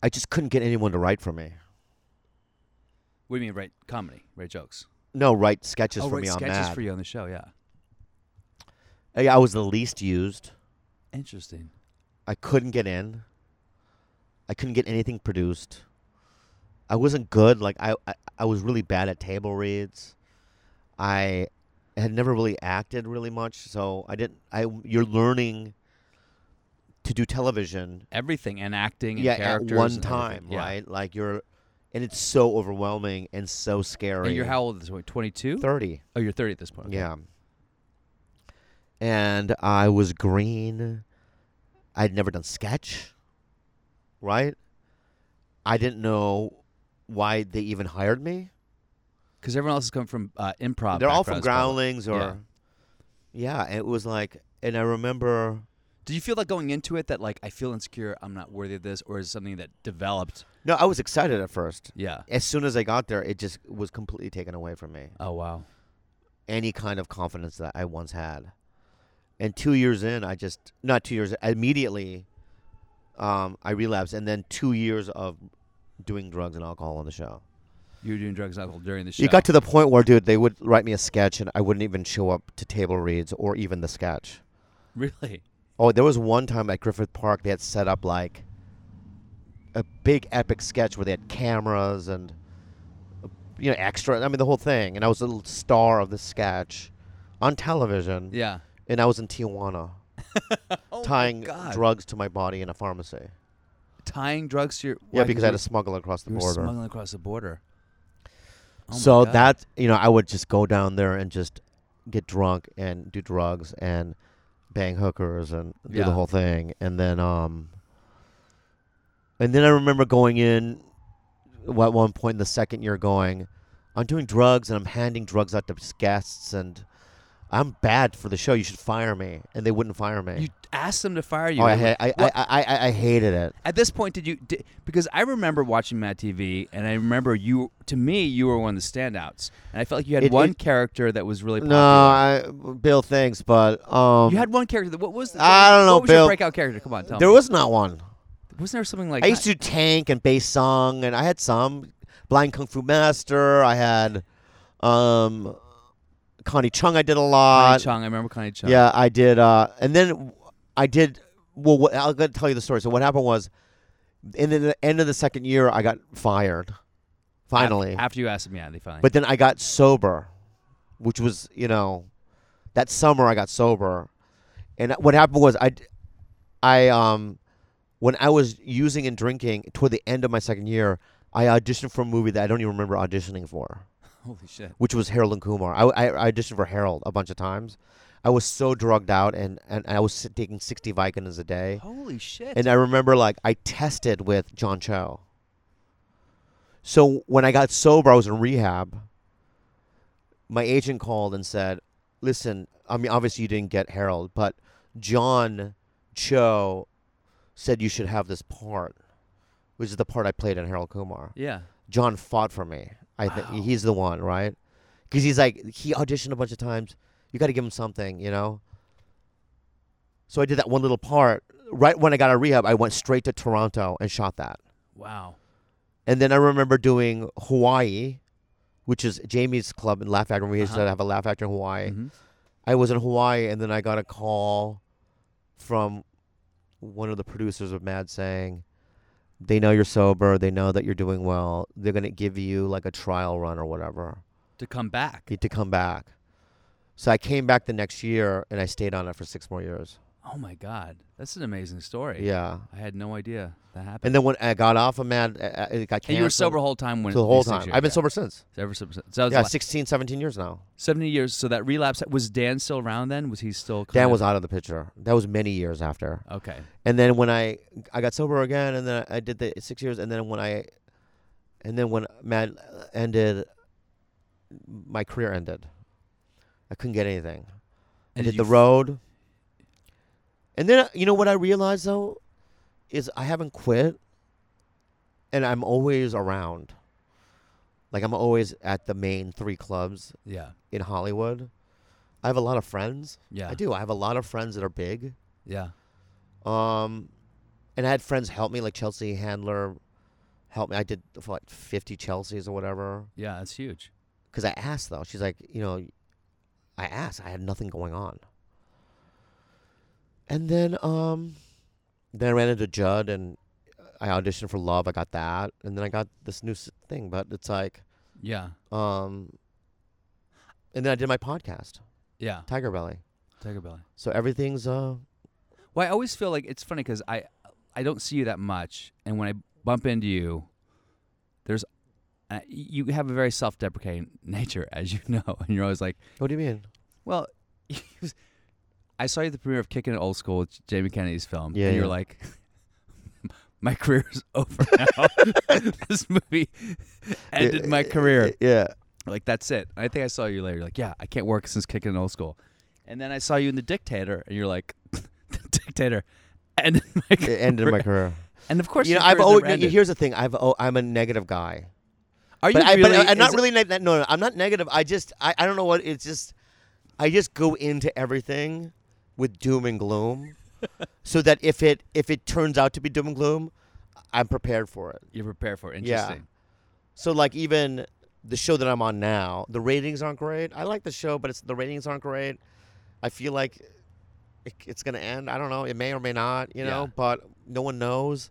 Speaker 5: I just couldn't get anyone to write for me.
Speaker 4: What do you mean, write comedy, write jokes?
Speaker 5: No, write sketches
Speaker 4: oh,
Speaker 5: for
Speaker 4: write
Speaker 5: me on
Speaker 4: sketches
Speaker 5: Mad.
Speaker 4: for you on the show. Yeah,
Speaker 5: I, I was the least used.
Speaker 4: interesting.
Speaker 5: I couldn't get in. I couldn't get anything produced. I wasn't good. Like I, I, I was really bad at table reads. I had never really acted really much, so I didn't. I you're learning to do television.
Speaker 4: Everything and acting. And
Speaker 5: yeah, at
Speaker 4: characters
Speaker 5: one
Speaker 4: and
Speaker 5: time,
Speaker 4: everything. Yeah.
Speaker 5: right? Like you're, and it's so overwhelming and so scary.
Speaker 4: And you're how old at this point? Twenty-two.
Speaker 5: Thirty.
Speaker 4: Oh, you're thirty at this point. okay.
Speaker 5: Yeah. And I was green. I'd never done sketch. right? I didn't know why they even hired me.
Speaker 4: Because everyone else has come from uh, improv.
Speaker 5: They're all from
Speaker 4: backgrounds, probably.
Speaker 5: Growlings or,
Speaker 4: Yeah.
Speaker 5: yeah. and it was like, and I remember,
Speaker 4: Did you feel like going into it that like I feel insecure, I'm not worthy of this, or is it something that developed?
Speaker 5: no, I was excited at first.
Speaker 4: Yeah.
Speaker 5: As soon as I got there, it just was completely taken away from me.
Speaker 4: Oh wow.
Speaker 5: Any kind of confidence that I once had. And two years in, I just, not two years, immediately um, I relapsed. And then two years of doing drugs and alcohol on the show.
Speaker 4: You were doing drugs and alcohol during the show.
Speaker 5: It got to the point where, dude, they would write me a sketch and I wouldn't even show up to table reads or even the sketch.
Speaker 4: really.
Speaker 5: Oh, there was one time at Griffith Park they had set up like a big epic sketch where they had cameras and you know extra. I mean the whole thing, and I was a little star of the sketch on television.
Speaker 4: Yeah.
Speaker 5: and I was in Tijuana
Speaker 4: Oh my
Speaker 5: tying
Speaker 4: God.
Speaker 5: drugs to my body in a pharmacy.
Speaker 4: tying drugs to your
Speaker 5: Yeah,
Speaker 4: why,
Speaker 5: because
Speaker 4: you
Speaker 5: I had
Speaker 4: were-
Speaker 5: to smuggle across the
Speaker 4: you were
Speaker 5: border.
Speaker 4: smuggling across the border. Oh my
Speaker 5: so
Speaker 4: God.
Speaker 5: that you know, I would just go down there and just get drunk and do drugs and bang hookers and do
Speaker 4: Yeah.
Speaker 5: the whole thing, and then um, and then I remember going in w- at one point in the second year, going, I'm doing drugs and I'm handing drugs out to guests, and I'm bad for the show. You should fire me, and they wouldn't fire me.
Speaker 4: you asked them to fire you.
Speaker 5: oh, I,
Speaker 4: They were
Speaker 5: ha-
Speaker 4: like,
Speaker 5: I, I,
Speaker 4: "What?"
Speaker 5: I, I, I hated it.
Speaker 4: At this point, did you? Did, because I remember watching Mad TV, and I remember you. To me, you were one of the standouts, and I felt like you had
Speaker 5: It-
Speaker 4: one
Speaker 5: it-
Speaker 4: character that was really.
Speaker 5: No,
Speaker 4: Popular.
Speaker 5: I, Bill, thanks, but um,
Speaker 4: you had one character. That, what was? The,
Speaker 5: I don't know,
Speaker 4: What was your
Speaker 5: Bill.
Speaker 4: breakout character? Come on, tell
Speaker 5: there
Speaker 4: me.
Speaker 5: was not one.
Speaker 4: Wasn't there something like?
Speaker 5: I used to tank and bass song, and I had some blind kung fu master. I had um, Connie Chung. I did a
Speaker 4: Connie
Speaker 5: lot.
Speaker 4: Chung. I remember Connie Chung.
Speaker 5: uh, Yeah, I did. Uh, and then I did. Well, what, I'll go tell you the story. So what happened was, in the end of the second year, I got fired.
Speaker 4: Af-
Speaker 5: Finally,
Speaker 4: After, you asked him, yeah, they finally.
Speaker 5: but then I got sober, which was you know, that summer I got sober, and what happened was I, I um, when I was using and drinking toward the end of my second year, I auditioned for a movie that I don't even remember auditioning for,
Speaker 4: holy shit.
Speaker 5: which was Harold and Kumar. I, I, I auditioned for Harold a bunch of times. I was so drugged out, and and I was taking sixty Vicodins a day.
Speaker 4: Holy shit.
Speaker 5: And I remember like I tested with John Cho. So when I got sober, I was in rehab. My agent called and said, "Listen, I mean, obviously you didn't get Harold, but John Cho said you should have this part, which is the part I played in Harold Kumar.
Speaker 4: yeah.
Speaker 5: John fought for me. I think
Speaker 4: Wow.
Speaker 5: he's the one, right? Because he's like he auditioned a bunch of times. You got to give him something, you know. So I did that one little part. Right when I got out of rehab, I went straight to Toronto and shot that.
Speaker 4: Wow.
Speaker 5: And then I remember doing Hawaii, which is Jamie's club in Laugh Factory. We used
Speaker 4: Uh-huh.
Speaker 5: to have a Laugh Factory in Hawaii.
Speaker 4: Mhm.
Speaker 5: I was in Hawaii, and then I got a call from one of the producers of Mad saying, "They know you're sober. They know that you're doing well. They're gonna give you like a trial run or whatever
Speaker 4: To come back.
Speaker 5: to come back." So I came back the next year, and I stayed on it for six more years.
Speaker 4: Oh my god, that's an amazing story.
Speaker 5: Yeah,
Speaker 4: I had no idea that happened.
Speaker 5: and then when I got off of Mad, uh, uh, it got canceled.
Speaker 4: And you were sober the whole time when
Speaker 5: the whole
Speaker 4: these things
Speaker 5: time.
Speaker 4: showed-
Speaker 5: I've been
Speaker 4: yeah.
Speaker 5: sober since.
Speaker 4: So ever since. So that was
Speaker 5: Yeah,
Speaker 4: the la-
Speaker 5: 16, 17 years now.
Speaker 4: seventy years. So that relapse was Dan still around then? Was he still? Kind
Speaker 5: Dan
Speaker 4: of-
Speaker 5: was out of the picture. That was many years after.
Speaker 4: Okay.
Speaker 5: and then when I I got sober again, and then I did the six years, and then when I, and then when Mad ended, my career ended. I couldn't get anything. I
Speaker 4: And
Speaker 5: did
Speaker 4: you
Speaker 5: the
Speaker 4: f-
Speaker 5: road. And then you know what I realized though, is I haven't quit. And I'm always around. Like I'm always at the main three clubs
Speaker 4: Yeah.
Speaker 5: in Hollywood. I have a lot of friends.
Speaker 4: Yeah.
Speaker 5: I do. I have a lot of friends that are big.
Speaker 4: Yeah.
Speaker 5: Um, and I had friends help me, like Chelsea Handler helped me. I did for like 50 Chelseas or whatever.
Speaker 4: Yeah. That's huge.
Speaker 5: Because I asked, though. She's like, you know, I asked. I had nothing going on. And then, um, then I ran into Judd and I auditioned for Love. I got that. And then I got this new s- thing, but it's like,
Speaker 4: Yeah.
Speaker 5: um, and then I did my podcast,
Speaker 4: Yeah.
Speaker 5: Tiger Belly.
Speaker 4: Tiger Belly.
Speaker 5: So everything's, uh,
Speaker 4: Well, I always feel like it's funny because I I don't see you that much, and when I bump into you, there's uh, you have a very self-deprecating nature, as you know, and you're always like,
Speaker 5: what do you mean?
Speaker 4: well. I saw you at the premiere of Kicking It Old School, with Jamie Kennedy's film.
Speaker 5: Yeah,
Speaker 4: and you're
Speaker 5: yeah.
Speaker 4: like, My career's over now. this movie ended my career.
Speaker 5: Yeah.
Speaker 4: Like that's it. I think I saw you later. You're like, yeah, I can't work since kicking it old school. And then I saw you in The Dictator, and you're like, The Dictator ended my career.
Speaker 5: It ended my career.
Speaker 4: And of course,
Speaker 5: You know,
Speaker 4: your
Speaker 5: I've
Speaker 4: career
Speaker 5: always.
Speaker 4: never ended.
Speaker 5: Here's the thing. I've. Oh, I'm a negative guy.
Speaker 4: Are you
Speaker 5: But,
Speaker 4: really?
Speaker 5: I, but I'm
Speaker 4: is
Speaker 5: not
Speaker 4: it-
Speaker 5: really. Ne- no, no, I'm not negative. I just. I, I. don't know what. It's just. I just go into everything with doom and gloom, so that if it if it turns out to be doom and gloom, I'm prepared for it.
Speaker 4: You're prepared for it.
Speaker 5: Yeah.
Speaker 4: Interesting.
Speaker 5: So like even the show that I'm on now, the ratings aren't great. I like the show, but it's the ratings aren't great. I feel like it, it's gonna end. I don't know. It may or may not. You know,
Speaker 4: Yeah.
Speaker 5: but no one knows.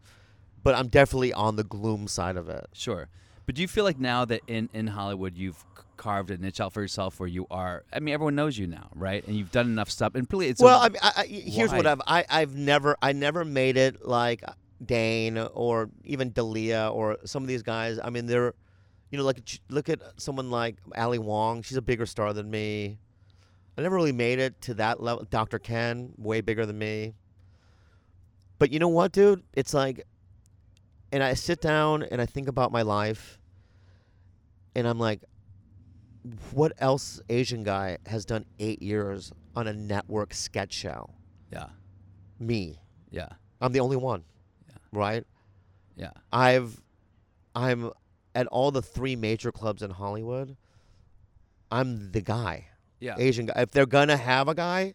Speaker 5: But I'm definitely on the gloom side of it.
Speaker 4: Sure. But do you feel like now that in, in Hollywood you've c- carved a niche out for yourself where you are I mean everyone knows you now, right? And you've done enough stuff and really it's a-
Speaker 5: well, I, mean, I, I, here's what
Speaker 4: why?
Speaker 5: I've I, I've never I never made it like Dane or even Dalia or some of these guys. I mean, they're you know like ch- look at someone like Ali Wong. She's a bigger star than me. I never really made it to that level. Dr. Ken, way bigger than me. But you know what, dude? It's like, and I sit down and I think about my life, and I'm like, what else Asian guy has done eight years on a network sketch show?
Speaker 4: Yeah.
Speaker 5: Me.
Speaker 4: Yeah.
Speaker 5: I'm the only one. Right?
Speaker 4: Yeah.
Speaker 5: I've I'm at all the three major clubs in Hollywood. I'm the guy.
Speaker 4: Yeah.
Speaker 5: Asian guy. If they're gonna have a guy,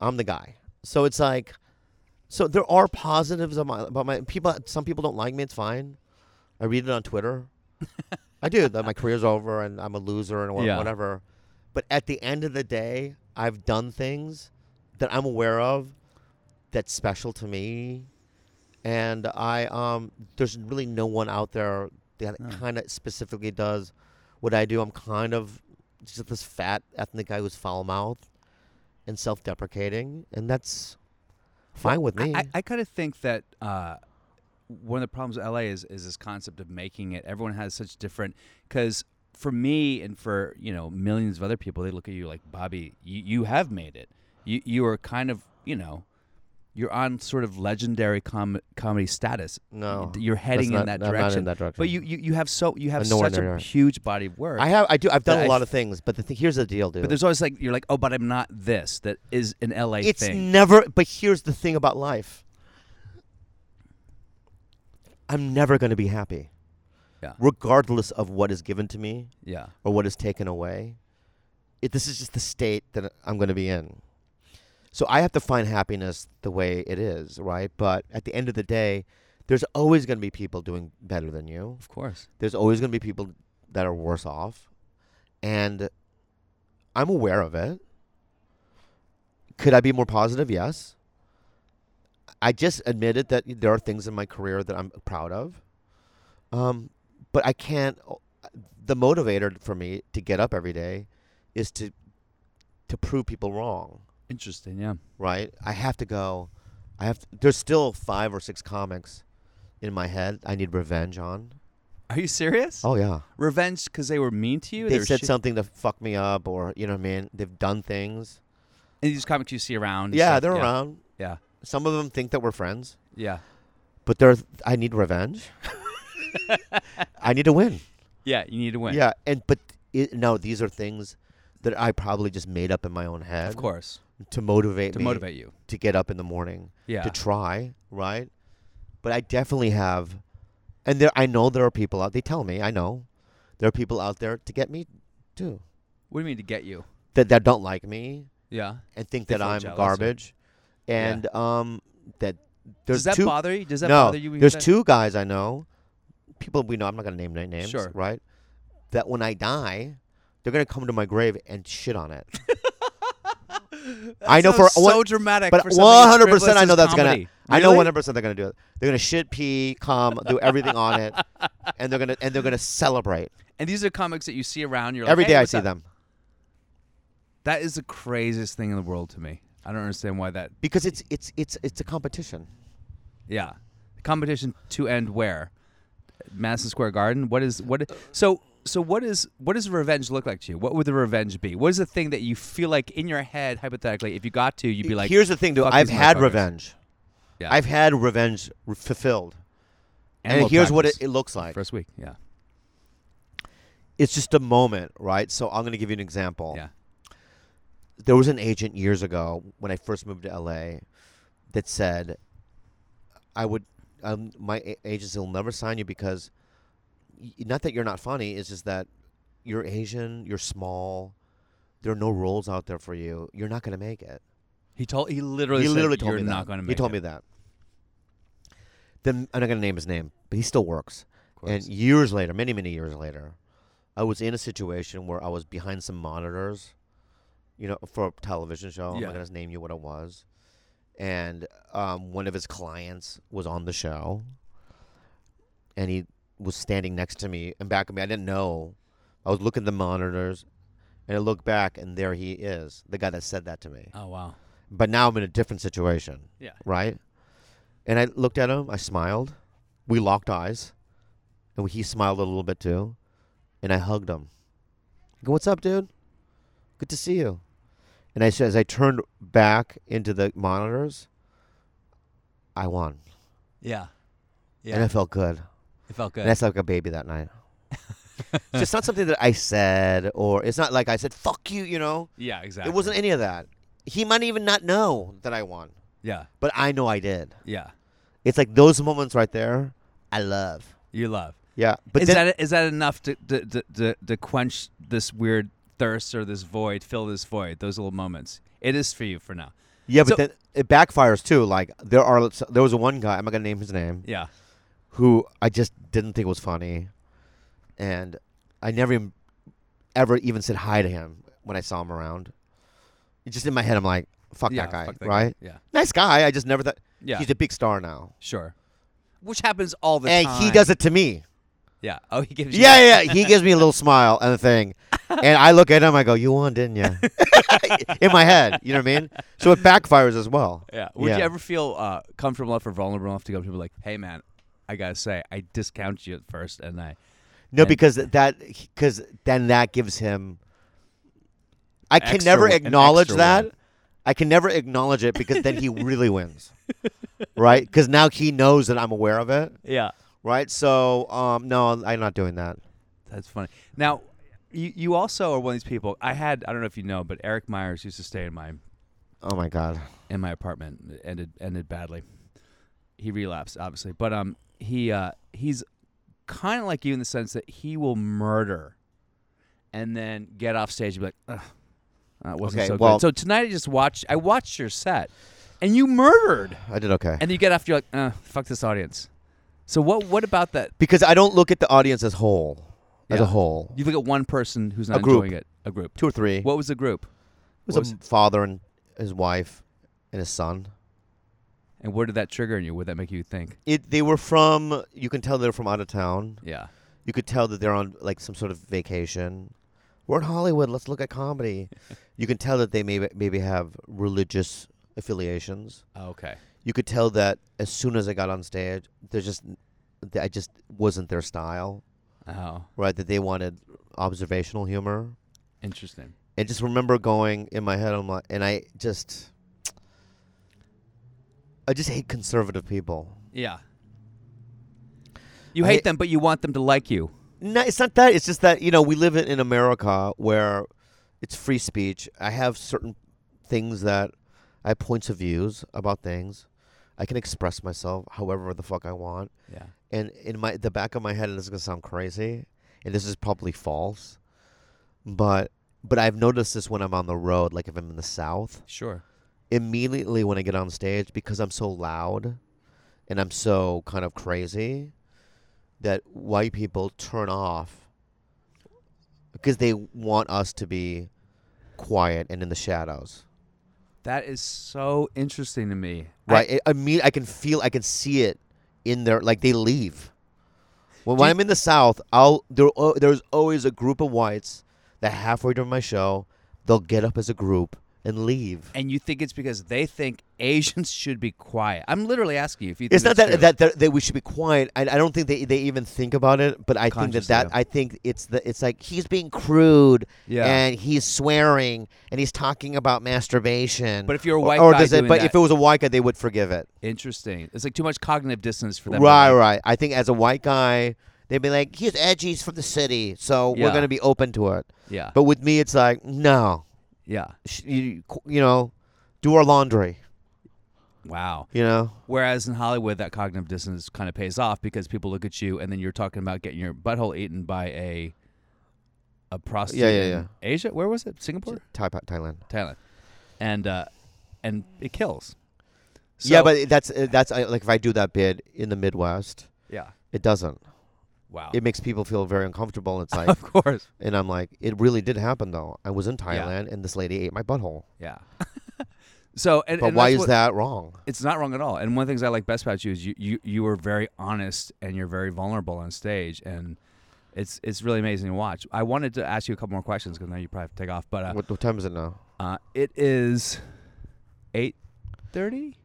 Speaker 5: I'm the guy. So it's like so there are positives of my about my people some people don't like me, it's fine. I read it on Twitter. I do that my career's over and I'm a loser and wha-
Speaker 4: Yeah.
Speaker 5: whatever. But at the end of the day, I've done things that I'm aware of that's special to me. And I um there's really no one out there that kind of specifically does what I do. I'm kind of just this fat ethnic guy who's foul mouthed and self deprecating and that's fine with me.
Speaker 4: I, I, I kind of think that uh, one of the problems with LA is is this concept of making it. Everyone has such different because for me and for you know millions of other people, they look at you like Bobby. You you have made it. You you are kind of you know. You're on sort of legendary com- comedy status.
Speaker 5: No,
Speaker 4: you're heading
Speaker 5: that's
Speaker 4: in
Speaker 5: not-
Speaker 4: that
Speaker 5: I'm not in
Speaker 4: direction.
Speaker 5: that direction.
Speaker 4: But you, you, you have so you have
Speaker 5: I'm nowhere
Speaker 4: such a
Speaker 5: near that.
Speaker 4: huge body of work.
Speaker 5: I have I do I've done
Speaker 4: that
Speaker 5: a
Speaker 4: I f-
Speaker 5: lot of things, but the thing here's the deal, dude.
Speaker 4: but there's always like you're like oh, but I'm not this. That is an LA
Speaker 5: it's
Speaker 4: thing.
Speaker 5: never but here's the thing about life i'm never going to be happy
Speaker 4: Yeah.
Speaker 5: regardless of what is given to me
Speaker 4: yeah.
Speaker 5: or what is taken away it, this is just the state that i'm going to be in so i have to find happiness the way it is right but at the end of the day there's always going to be people doing better than you
Speaker 4: Of course.
Speaker 5: there's always going to be people that are worse off and i'm aware of it could i be more positive yes i just admitted that there are things in my career that i'm proud of um, but i can't uh, the motivator for me to get up every day is to to prove people wrong
Speaker 4: Interesting. Yeah.
Speaker 5: right? I have to go. I have. To, there's still five or six comics in my head. I need revenge on.
Speaker 4: Are you serious?
Speaker 5: Oh yeah,
Speaker 4: Revenge because they were mean to you.
Speaker 5: they
Speaker 4: were
Speaker 5: said
Speaker 4: shit-
Speaker 5: something to fuck me up, or you know what I mean. They've done things.
Speaker 4: And these comics you see around. and
Speaker 5: Yeah,
Speaker 4: stuff,
Speaker 5: they're around.
Speaker 4: Yeah,
Speaker 5: Some of them think that we're friends,
Speaker 4: yeah,
Speaker 5: but they're. I need revenge. I need to win.
Speaker 4: yeah. You need to win.
Speaker 5: Yeah, and but it, no, these are things that I probably just made up in my own head.
Speaker 4: of course.
Speaker 5: to motivate
Speaker 4: To
Speaker 5: me
Speaker 4: motivate you.
Speaker 5: to get up in the morning.
Speaker 4: Yeah.
Speaker 5: to try, right? But I definitely have, and there I know there are people out. They tell me I know there are people out there to get me too
Speaker 4: what do you mean to get you?
Speaker 5: that that don't like me
Speaker 4: Yeah.
Speaker 5: and think
Speaker 4: They
Speaker 5: that
Speaker 4: feel
Speaker 5: I'm
Speaker 4: jealous or-
Speaker 5: garbage,
Speaker 4: Yeah.
Speaker 5: and um that there's
Speaker 4: Does that
Speaker 5: two,
Speaker 4: bother you? Does that
Speaker 5: no,
Speaker 4: bother you? when you
Speaker 5: there's
Speaker 4: say-
Speaker 5: two guys I know, people we know. I'm not gonna name their names,
Speaker 4: Sure.
Speaker 5: right? That when I die, they're gonna come to my grave and shit on it.
Speaker 4: That
Speaker 5: I know for
Speaker 4: sounds so
Speaker 5: one-
Speaker 4: dramatic.
Speaker 5: But
Speaker 4: for something as
Speaker 5: one hundred percent,
Speaker 4: frivolous
Speaker 5: I know
Speaker 4: as
Speaker 5: that's
Speaker 4: comedy.
Speaker 5: gonna. I know
Speaker 4: Really?
Speaker 5: one hundred percent they're gonna do it. They're gonna shit, pee, cum, do everything on it, and they're gonna and they're gonna celebrate
Speaker 4: And these are comics that you see around. You're
Speaker 5: every
Speaker 4: like,
Speaker 5: day.
Speaker 4: hey,
Speaker 5: I
Speaker 4: what's
Speaker 5: see
Speaker 4: up?
Speaker 5: them
Speaker 4: That is the craziest thing in the world to me. I don't understand why that.
Speaker 5: because it's it's it's it's a competition.
Speaker 4: Yeah, competition to end where? Madison Square Garden. What is what? So so what is what does revenge look like to you? What would the revenge be? What is the thing that you feel like in your head hypothetically? If you got to, you'd be like,
Speaker 5: Here's the thing, dude.
Speaker 4: "Fuck
Speaker 5: I've
Speaker 4: these
Speaker 5: had
Speaker 4: motherfuckers."
Speaker 5: revenge.
Speaker 4: Yeah.
Speaker 5: I've had revenge re- fulfilled. and
Speaker 4: we'll
Speaker 5: here's what it,
Speaker 4: practice
Speaker 5: it looks like.
Speaker 4: first week. Yeah,
Speaker 5: It's just a moment, right? So I'm going to give you an example.
Speaker 4: yeah.
Speaker 5: There was an agent years ago when I first moved to LA that said, "I would, um, my a- agency will never sign you because, y- not that you're not funny, it's just that you're Asian, you're small, there are no roles out there for you. You're not going to make it."
Speaker 4: He told he literally
Speaker 5: he
Speaker 4: said,
Speaker 5: literally told
Speaker 4: you're
Speaker 5: me that.
Speaker 4: not going to make
Speaker 5: he told
Speaker 4: it.
Speaker 5: me that. Then I'm not going to name his name, but he still works.
Speaker 4: Of
Speaker 5: And
Speaker 4: course.
Speaker 5: years later, many many years later, I was in a situation where I was behind some monitors, you know, for a television show. I'm
Speaker 4: Yeah.
Speaker 5: not going to name you what it was. And um, one of his clients was on the show, and he was standing next to me and back of me. I didn't know. I was looking at the monitors, and I looked back, and there he is, the guy that said that to me
Speaker 4: oh wow,
Speaker 5: but now I'm in a different situation.
Speaker 4: Yeah.
Speaker 5: Right? And I looked at him, I smiled. We locked eyes. And he smiled a little bit too. And I hugged him. I go, what's up, dude? Good to see you. And I said, as I turned back into the monitors, I won.
Speaker 4: yeah,
Speaker 5: And
Speaker 4: yeah.
Speaker 5: I felt good.
Speaker 4: It felt
Speaker 5: And I
Speaker 4: good.
Speaker 5: slept like a baby that night. so it's not something that I said, or it's not like I said, fuck you, you know?
Speaker 4: Yeah, exactly.
Speaker 5: It wasn't any of that. He might even not know that I won,
Speaker 4: Yeah,
Speaker 5: but I know I did.
Speaker 4: yeah.
Speaker 5: It's like those moments right there. I love.
Speaker 4: You love.
Speaker 5: Yeah, but
Speaker 4: is
Speaker 5: then,
Speaker 4: that is that enough to to, to, to to quench this weird thirst or this void, fill this void? Those little moments. It is for you for now.
Speaker 5: yeah, but
Speaker 4: so-
Speaker 5: then it backfires too. Like there are there was one guy I'm not gonna name his name
Speaker 4: Yeah,
Speaker 5: who I just didn't think was funny, and I never even, ever even said hi to him when I saw him around. It's just in my head, I'm like, fuck
Speaker 4: yeah.
Speaker 5: that guy,
Speaker 4: fuck that
Speaker 5: right?
Speaker 4: Yeah,
Speaker 5: Nice guy. I just never thought.
Speaker 4: Yeah.
Speaker 5: he's a big star now,
Speaker 4: sure. Which happens all the
Speaker 5: and
Speaker 4: time.
Speaker 5: he does it to me.
Speaker 4: Yeah. Oh, he gives. you
Speaker 5: Yeah, yeah, yeah. He gives me a little smile and a thing. And I look at him, I go, You won, didn't you? In my head. You know what I mean? So it backfires as well.
Speaker 4: Yeah. Would
Speaker 5: Yeah.
Speaker 4: you ever feel uh, comfortable enough or vulnerable enough to go up to people like, "Hey, man, I gotta say, I discount you at first, and I
Speaker 5: No,
Speaker 4: And-
Speaker 5: because that because then that gives him I can
Speaker 4: Extra
Speaker 5: never
Speaker 4: win- an
Speaker 5: acknowledge
Speaker 4: extra
Speaker 5: that.
Speaker 4: win.
Speaker 5: I can never acknowledge it because then he really wins. Right? Because now he knows that I'm aware of it.
Speaker 4: yeah,
Speaker 5: Right? So um no, I'm not doing that.
Speaker 4: that's funny." Now, you you also are one of these people. I had I don't know if you know, but Eric Myers used to stay in my
Speaker 5: Oh my God.
Speaker 4: in my apartment. It ended ended badly. He relapsed, obviously, but um, he uh, he's kind of like you in the sense that he will murder, and then get off stage and be like, Ugh, "That wasn't
Speaker 5: Okay,
Speaker 4: so
Speaker 5: well-
Speaker 4: good." So tonight, I just watched. I watched your set, and you murdered.
Speaker 5: I did okay.
Speaker 4: And you get after you're like, uh, fuck this audience. So what what about that?
Speaker 5: because I don't look at the audience as whole. As a
Speaker 4: Yeah.
Speaker 5: whole.
Speaker 4: You look at one person who's not
Speaker 5: A group.
Speaker 4: enjoying it. A group.
Speaker 5: Two or three.
Speaker 4: What was the group?
Speaker 5: It was,
Speaker 4: What was
Speaker 5: a father and his wife and his son.
Speaker 4: And where did that trigger in you? What did that make you think?
Speaker 5: It they were from you can tell they're from out of town.
Speaker 4: Yeah.
Speaker 5: You could tell that they're on like some sort of vacation. We're in Hollywood, let's look at comedy. you can tell that they maybe maybe have religious affiliations.
Speaker 4: Oh, Okay.
Speaker 5: You could tell that as soon as I got on stage, there's just that I just wasn't their style,
Speaker 4: Oh,
Speaker 5: right? That they wanted observational humor.
Speaker 4: interesting.
Speaker 5: and just remember going in my head I'm like and I just I just hate conservative people.
Speaker 4: Yeah. You
Speaker 5: I-
Speaker 4: hate them, but you want them to like you.
Speaker 5: No, it's not that. It's just that, you know, we live in, in America where it's free speech. I have certain things that I have points of views about things. I can express myself however the fuck I want.
Speaker 4: Yeah.
Speaker 5: and in my the back of my head, and this is gonna sound crazy, and this is probably false, but but I've noticed this when I'm on the road, like if I'm in the South,
Speaker 4: Sure.
Speaker 5: immediately when I get on stage, because I'm so loud, and I'm so kind of crazy, that white people turn off because they want us to be quiet and in the shadows.
Speaker 4: That is so interesting to me. I-
Speaker 5: Right. I, I mean, I can feel, I can see it in there. Like they leave. When, when
Speaker 4: Do-
Speaker 5: I'm in the South, I'll there. oh, al- there's always a group of whites that halfway during my show, they'll get up as a group and leave.
Speaker 4: and you think it's because they think Asians should be quiet. I'm literally asking you if you. Think
Speaker 5: It's not
Speaker 4: that's
Speaker 5: that,
Speaker 4: true.
Speaker 5: that that that we should be quiet. I, I don't think they, they even think about it. But I think that
Speaker 4: Conscious,
Speaker 5: that
Speaker 4: yeah.
Speaker 5: I think it's the it's like he's being crude
Speaker 4: Yeah.
Speaker 5: and he's swearing and he's talking about masturbation.
Speaker 4: But if you're a
Speaker 5: Or-
Speaker 4: white
Speaker 5: or,
Speaker 4: guy
Speaker 5: does it,
Speaker 4: doing
Speaker 5: but
Speaker 4: that-
Speaker 5: if it was a white guy, they would forgive it.
Speaker 4: interesting. It's like too much cognitive dissonance for them. to
Speaker 5: Right,
Speaker 4: like-
Speaker 5: right. I think as a white guy, they'd be like, "He's edgy. He's from the city, so we're
Speaker 4: Yeah.
Speaker 5: gonna be open to it."
Speaker 4: Yeah,
Speaker 5: But with me, it's like, no,
Speaker 4: yeah.
Speaker 5: sh- you, you know, do our laundry.
Speaker 4: Wow.
Speaker 5: You know,
Speaker 4: Whereas in Hollywood, that cognitive dissonance kind of pays off because people look at you, and then you're talking about getting your butthole eaten by a a prostitute.
Speaker 5: Yeah, yeah,
Speaker 4: in
Speaker 5: yeah.
Speaker 4: Asia? Where was it? Singapore,
Speaker 5: Thai, Thailand.
Speaker 4: Thailand, and uh, and it kills.
Speaker 5: yeah,
Speaker 4: So-
Speaker 5: but that's uh, that's uh, like if I do that bid in the Midwest,
Speaker 4: yeah.
Speaker 5: it doesn't.
Speaker 4: Wow.
Speaker 5: It makes people feel very uncomfortable. It's like,
Speaker 4: Oh. of course.
Speaker 5: and I'm like, it really did happen though. I was in Thailand and this lady ate my butthole.
Speaker 4: Yeah. so, and,
Speaker 5: But
Speaker 4: and
Speaker 5: why
Speaker 4: that's
Speaker 5: is
Speaker 4: what-
Speaker 5: that wrong?
Speaker 4: It's not wrong at all. And one of the things I like best about you is you you you were very honest and you're very vulnerable on stage, and it's it's really amazing to watch. I wanted to ask you a couple more questions because now you probably have to take off, but uh,
Speaker 5: What, what time is it now?
Speaker 4: uh, it is eight thirty,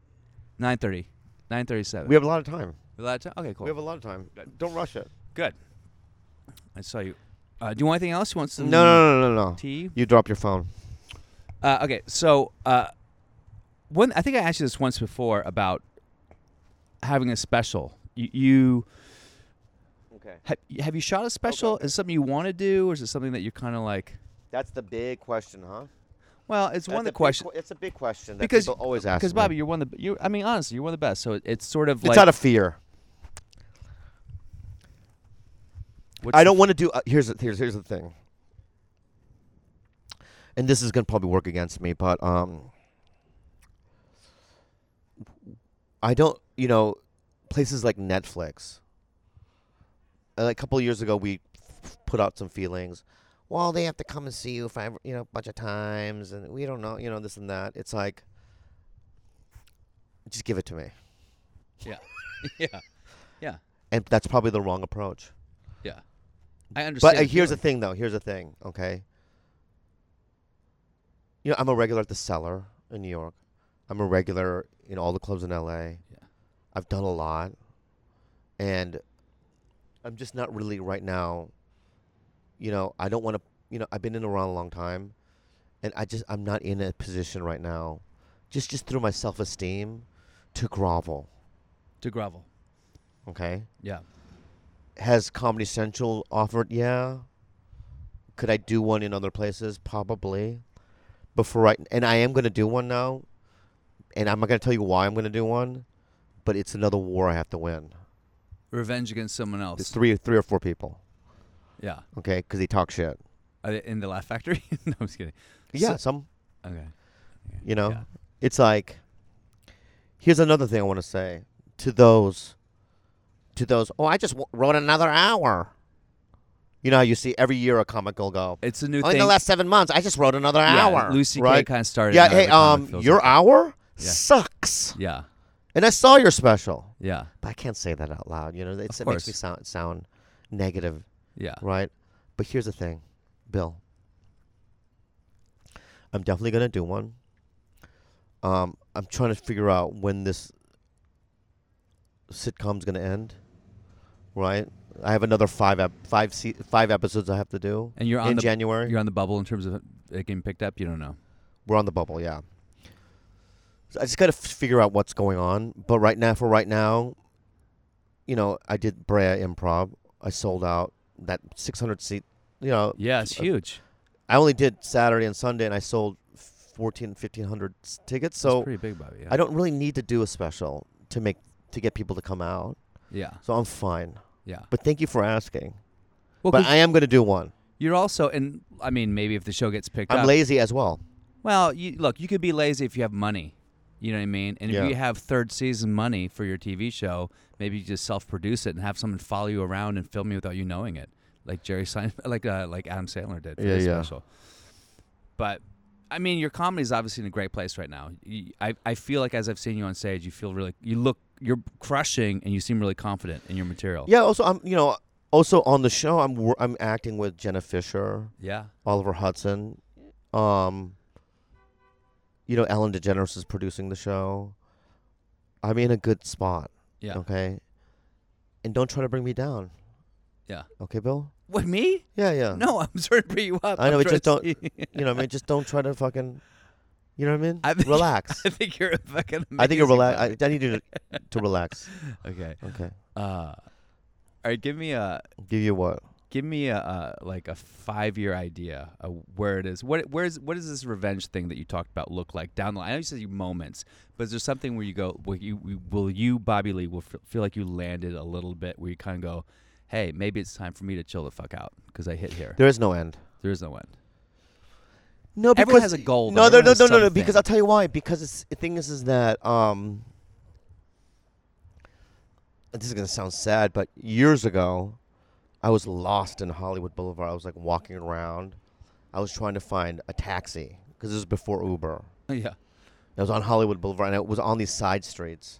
Speaker 4: nine thirty, nine thirty-seven.
Speaker 5: We have a lot of time.
Speaker 4: Okay, cool.
Speaker 5: We have a lot of time.
Speaker 4: uh,
Speaker 5: Don't rush it.
Speaker 4: Good. I saw you. Uh, do you want anything else? You want
Speaker 5: No,
Speaker 4: some?
Speaker 5: no, no, no, no.
Speaker 4: Tea?
Speaker 5: You dropped your phone.
Speaker 4: Uh, okay, so uh, one, I think I asked you this once before about having a special. You, you
Speaker 5: Okay.
Speaker 4: have, have you shot a special? Is it something you want to do, or is it something that you're kind of like?
Speaker 5: That's the big question, huh?
Speaker 4: Well, it's one of the questions
Speaker 5: It's a big question that
Speaker 4: because
Speaker 5: people always ask.
Speaker 4: Because
Speaker 5: me.
Speaker 4: Bobby, you're one of the you. I mean, honestly, you're one of the best. So it, it's sort of
Speaker 5: it's
Speaker 4: like
Speaker 5: out of fear.
Speaker 4: what's
Speaker 5: I
Speaker 4: the-
Speaker 5: don't want to do. Uh, here's the, here's here's the thing. And this is gonna probably work against me, but um, I don't. You know, places like Netflix. Uh, a couple of years ago, we f- put out some feelings. Well, they have to come and see you five, you know, a bunch of times, and we don't know, you know, this and that. It's like, just give it to me,
Speaker 4: Yeah, yeah, yeah,
Speaker 5: and that's probably the wrong approach.
Speaker 4: yeah. I understand.
Speaker 5: But uh, here's the
Speaker 4: feeling.
Speaker 5: thing, though. Here's the thing. Okay. You know, I'm a regular at the Cellar in New York. I'm a regular in all the clubs in LA. Yeah. I've done a lot, and I'm just not really right now. You know, I don't want to. You know, I've been in around a long time, and I just I'm not in a position right now, just just through my self esteem, to grovel.
Speaker 4: to grovel.
Speaker 5: Okay
Speaker 4: Yeah,
Speaker 5: has Comedy Central offered? Yeah. Could I do one in other places? Probably. But for right, and I am going to do one now, and I'm not going to tell you why I'm going to do one, but it's another war I have to win.
Speaker 4: revenge against someone else.
Speaker 5: It's three, three or four people,
Speaker 4: yeah,
Speaker 5: okay? Because they talk shit.
Speaker 4: Are they in the Laugh Factory. no, I'm just kidding.
Speaker 5: Yeah,
Speaker 4: So-
Speaker 5: some,
Speaker 4: okay.
Speaker 5: you know,
Speaker 4: Yeah.
Speaker 5: it's like. Here's another thing I want to say to those, to those. Oh, I just w- wrote another hour. You know, how you see every year a comic will go.
Speaker 4: It's a new
Speaker 5: Oh,
Speaker 4: thing.
Speaker 5: in the last seven months, I just wrote another
Speaker 4: Yeah,
Speaker 5: hour.
Speaker 4: Lucy Kay
Speaker 5: right?
Speaker 4: kinda started
Speaker 5: Yeah,
Speaker 4: another
Speaker 5: hey,
Speaker 4: comic,
Speaker 5: um,
Speaker 4: feels
Speaker 5: your
Speaker 4: like.
Speaker 5: hour
Speaker 4: Yeah.
Speaker 5: sucks.
Speaker 4: yeah,
Speaker 5: And I saw your special,
Speaker 4: yeah,
Speaker 5: but I can't say that out loud. You know, it's,
Speaker 4: Of
Speaker 5: it makes me
Speaker 4: course.
Speaker 5: sound sound negative,
Speaker 4: yeah.
Speaker 5: right? But here's the thing, Bill. I'm definitely gonna do one. Um, I'm trying to figure out when this sitcom's gonna end, right? I have another five ep- five se- five episodes I have to do
Speaker 4: And you're on
Speaker 5: in
Speaker 4: the
Speaker 5: January.
Speaker 4: You're on the bubble in terms of it getting picked up. You don't know.
Speaker 5: We're on the bubble, yeah. So I just got to f- figure out what's going on. But right now, for right now, you know, I did Brea Improv. I sold out that 600 seat. You know,
Speaker 4: Yeah, it's
Speaker 5: Uh,
Speaker 4: huge.
Speaker 5: I only did Saturday and Sunday, and I sold 14, 1500 s- tickets. So
Speaker 4: it's pretty big, Bobby. Yeah.
Speaker 5: I don't really need to do a special to make to get people to come out.
Speaker 4: yeah,
Speaker 5: So I'm fine.
Speaker 4: yeah.
Speaker 5: But thank you for asking.
Speaker 4: Well,
Speaker 5: but
Speaker 4: 'cause
Speaker 5: I am going to do one.
Speaker 4: you're also, and I mean, maybe if the show gets picked
Speaker 5: I'm
Speaker 4: up.
Speaker 5: lazy as well.
Speaker 4: Well, you, look, you could be lazy if you have money. You know what I mean? And
Speaker 5: Yeah.
Speaker 4: if you have third season money for your TV show, maybe you just self-produce it and have someone follow you around and film you without you knowing it, like Jerry Seinfeld, like uh, like Adam Sandler did for
Speaker 5: Yeah,
Speaker 4: his
Speaker 5: yeah.
Speaker 4: special. But I mean, your comedy is obviously in a great place right now. You, I I feel like as I've seen you on stage, you feel really, you look, you're crushing, and you seem really confident in your material.
Speaker 5: Yeah. Also, I'm you know also on the show I'm wor- I'm acting with Jenna Fisher.
Speaker 4: Yeah.
Speaker 5: Oliver Hudson. Um, you know, Ellen DeGeneres is producing the show. I'm in a good spot.
Speaker 4: Yeah.
Speaker 5: Okay. And don't try to bring me down.
Speaker 4: Yeah.
Speaker 5: Okay, Bill.
Speaker 4: What me?
Speaker 5: Yeah, yeah.
Speaker 4: No, I'm trying to bring you up.
Speaker 5: Uh. I know,
Speaker 4: I'm
Speaker 5: but just
Speaker 4: trying
Speaker 5: don't.
Speaker 4: to
Speaker 5: You know, what I mean, just don't try to fucking. You know what I mean?
Speaker 4: I think-
Speaker 5: relax.
Speaker 4: I think you're a fucking.
Speaker 5: I think you're
Speaker 4: amazing
Speaker 5: relax. I, I need you to, to relax.
Speaker 4: guy. okay.
Speaker 5: Okay.
Speaker 4: Uh, all right. Give me a
Speaker 5: Give you what?
Speaker 4: give me a, uh like a five year idea of where it is. What where's what does this revenge thing that you talked about look like down the line? I know you said you moments, but is there something where you go, will you will you Bobby Lee will f- feel like you landed a little bit where you kind of go, hey, maybe it's time for me to chill the fuck out because I hit here.
Speaker 5: There is no end.
Speaker 4: there is no end.
Speaker 5: No,
Speaker 4: Everyone
Speaker 5: because
Speaker 4: has a goal,
Speaker 5: No,
Speaker 4: though.
Speaker 5: no,
Speaker 4: Everyone
Speaker 5: no,
Speaker 4: has
Speaker 5: no, no, no.
Speaker 4: something.
Speaker 5: Because I'll tell you why. Because it's, the thing is, is that um, this is gonna sound sad, but years ago, I was lost in Hollywood Boulevard. I was like walking around. I was trying to find a taxi because this was before Uber.
Speaker 4: yeah.
Speaker 5: I was on Hollywood Boulevard, and I was on these side streets.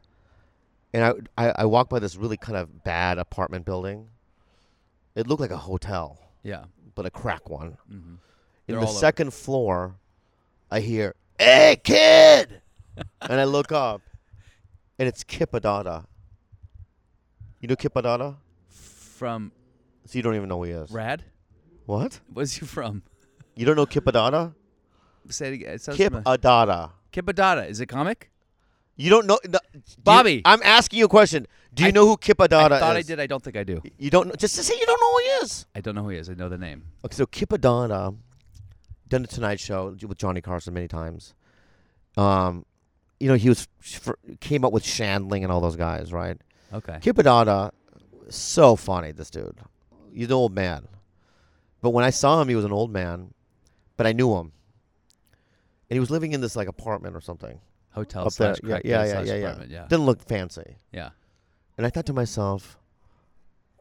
Speaker 5: And I, I, I walked by this really kind of bad apartment building. It looked like a hotel,
Speaker 4: Yeah.
Speaker 5: but a crack one.
Speaker 4: Mm-hmm.
Speaker 5: In
Speaker 4: They're
Speaker 5: the
Speaker 4: all over.
Speaker 5: second floor, I hear, "Hey, kid!" and I look up, and it's Kipadada. You know Kipadada?
Speaker 4: From
Speaker 5: So you don't even know who he is.
Speaker 4: Rad?
Speaker 5: What?
Speaker 4: Where's you from?
Speaker 5: You don't know Kipadada?
Speaker 4: Say it again. It sounds
Speaker 5: Kip
Speaker 4: familiar.
Speaker 5: Adada.
Speaker 4: Kip Adada. Is it comic?
Speaker 5: You don't know, no, do you-
Speaker 4: Bobby.
Speaker 5: I'm asking you a question. Do you
Speaker 4: I-
Speaker 5: know who Kipadada
Speaker 4: I thought
Speaker 5: is?
Speaker 4: I did. I don't think I do.
Speaker 5: You don't know, just to say you don't know who he is.
Speaker 4: I don't know who he is. I know the name.
Speaker 5: Okay, so Kipadonna done the Tonight Show with Johnny Carson many times. Um, you know he was for, came up with Shandling and all those guys, right?
Speaker 4: Okay.
Speaker 5: Kipadonna, so funny this dude. He's an old man, but when I saw him, he was an old man, but I knew him, and he was living in this like apartment or something
Speaker 4: Hotel
Speaker 5: up there.
Speaker 4: slash
Speaker 5: Yeah,
Speaker 4: crack
Speaker 5: yeah,
Speaker 4: den
Speaker 5: yeah,
Speaker 4: slash
Speaker 5: yeah, yeah.
Speaker 4: apartment. Oh, Yeah.
Speaker 5: Didn't look fancy.
Speaker 4: Yeah.
Speaker 5: And I thought to myself,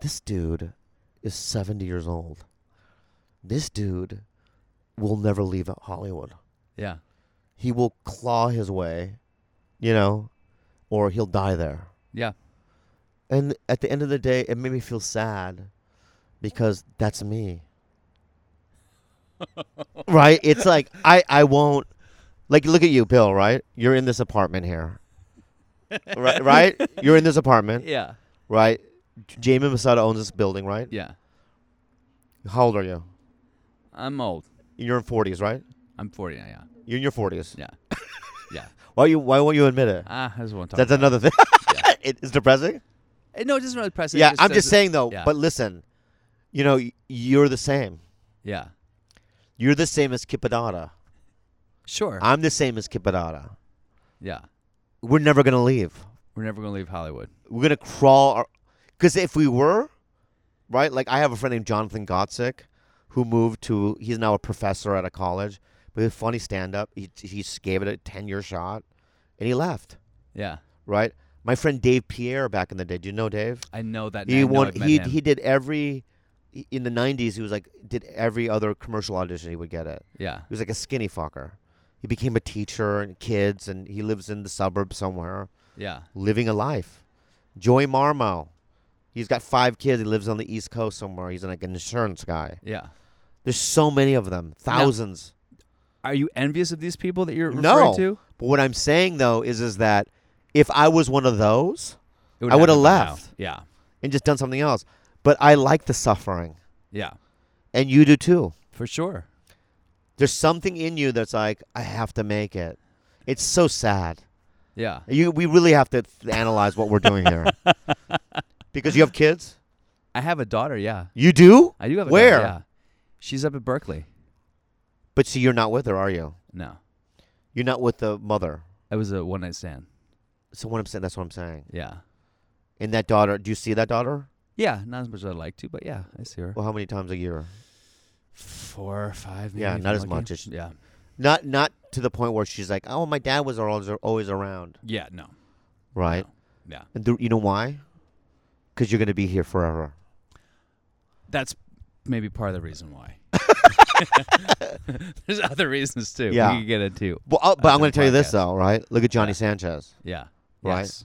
Speaker 5: this dude is 70 years old. This dude will never leave Hollywood.
Speaker 4: Yeah.
Speaker 5: He will claw his way, you know, or he'll die there.
Speaker 4: Yeah.
Speaker 5: And at the end of the day, it made me feel sad because that's me. right? It's like I I won't like look at you, Bill, right? You're in this apartment here. right, right? You're in this apartment
Speaker 4: Yeah.
Speaker 5: right? J- Jamie Masada owns this building, right?
Speaker 4: Yeah.
Speaker 5: How old are you?
Speaker 4: I'm old.
Speaker 5: You're in forties, right?
Speaker 4: I'm 40 now. Yeah.
Speaker 5: You're in your forties.
Speaker 4: Yeah. yeah.
Speaker 5: Why you? Why won't you admit it?
Speaker 4: Ah, I just want to talk.
Speaker 5: That's another thing. it, it's depressing.
Speaker 4: Eh, no, it doesn't really press. it
Speaker 5: yeah, I'm just
Speaker 4: doesn't-
Speaker 5: saying though.
Speaker 4: yeah.
Speaker 5: But listen, you know, y- you're the same.
Speaker 4: Yeah.
Speaker 5: You're the same as Kipadada.
Speaker 4: Sure.
Speaker 5: I'm the same as Kipadada.
Speaker 4: yeah.
Speaker 5: We're never gonna leave.
Speaker 4: We're never gonna leave Hollywood.
Speaker 5: We're gonna crawl. Our, Cause if we were, right? Like I have a friend named Jonathan Gotzik, who moved to. He's now a professor at a college, but he's a funny stand-up. He he just gave it a ten-year shot, and he left.
Speaker 4: Yeah.
Speaker 5: Right? My friend Dave Pierre back in the day. Do you know Dave?
Speaker 4: I know that.
Speaker 5: He
Speaker 4: name. I know
Speaker 5: won.
Speaker 4: I've met
Speaker 5: He
Speaker 4: him.
Speaker 5: he did every. In the '90s, he was like did every other commercial audition he would get it.
Speaker 4: Yeah.
Speaker 5: He was like a skinny fucker. He became a teacher and kids, and he lives in the suburbs somewhere
Speaker 4: Yeah.
Speaker 5: living a life. Joey Marmo, he's got five kids. He lives on the East Coast somewhere. He's like an insurance guy.
Speaker 4: Yeah.
Speaker 5: There's so many of them, thousands.
Speaker 4: Are you envious of these people that you're
Speaker 5: no,
Speaker 4: referring to?
Speaker 5: but what I'm saying though is, is that if I was one of those
Speaker 4: It
Speaker 5: I would've
Speaker 4: happened by now.
Speaker 5: left.
Speaker 4: Yeah.
Speaker 5: and just done something else, but I like the suffering,
Speaker 4: Yeah.
Speaker 5: and you do too.
Speaker 4: For sure.
Speaker 5: There's something in you that's like, I have to make it. It's so sad.
Speaker 4: Yeah.
Speaker 5: You, we really have to th- analyze what we're doing here, because you have kids.
Speaker 4: I have a daughter. Yeah.
Speaker 5: You do,
Speaker 4: I do have a
Speaker 5: Where?
Speaker 4: daughter. Yeah. She's up at Berkeley.
Speaker 5: but see, you're not with her, are you?
Speaker 4: No.
Speaker 5: You're not with the mother.
Speaker 4: It was a one night stand.
Speaker 5: So what I'm saying, that's what I'm saying.
Speaker 4: Yeah.
Speaker 5: And that daughter, do you see that daughter?
Speaker 4: Yeah. Not as much as I'd like to, but yeah, I see her.
Speaker 5: Well, how many times a year?
Speaker 4: Four or five. Maybe
Speaker 5: Yeah,
Speaker 4: if
Speaker 5: not
Speaker 4: I'm
Speaker 5: as
Speaker 4: lucky.
Speaker 5: much as-
Speaker 4: Yeah.
Speaker 5: Not not to the point where she's like, oh, my dad was always always around,
Speaker 4: Yeah. No.
Speaker 5: right?
Speaker 4: Yeah.
Speaker 5: And do- you know why? Because you're gonna be here forever.
Speaker 4: That's maybe part of the reason why. There's other reasons too.
Speaker 5: Yeah.
Speaker 4: We could get into.
Speaker 5: Well, oh, but I'm
Speaker 4: Another
Speaker 5: gonna tell you this
Speaker 4: podcast.
Speaker 5: though, right? Look at Johnny
Speaker 4: Yeah.
Speaker 5: Sanchez
Speaker 4: Yeah.
Speaker 5: Right.
Speaker 4: Yes.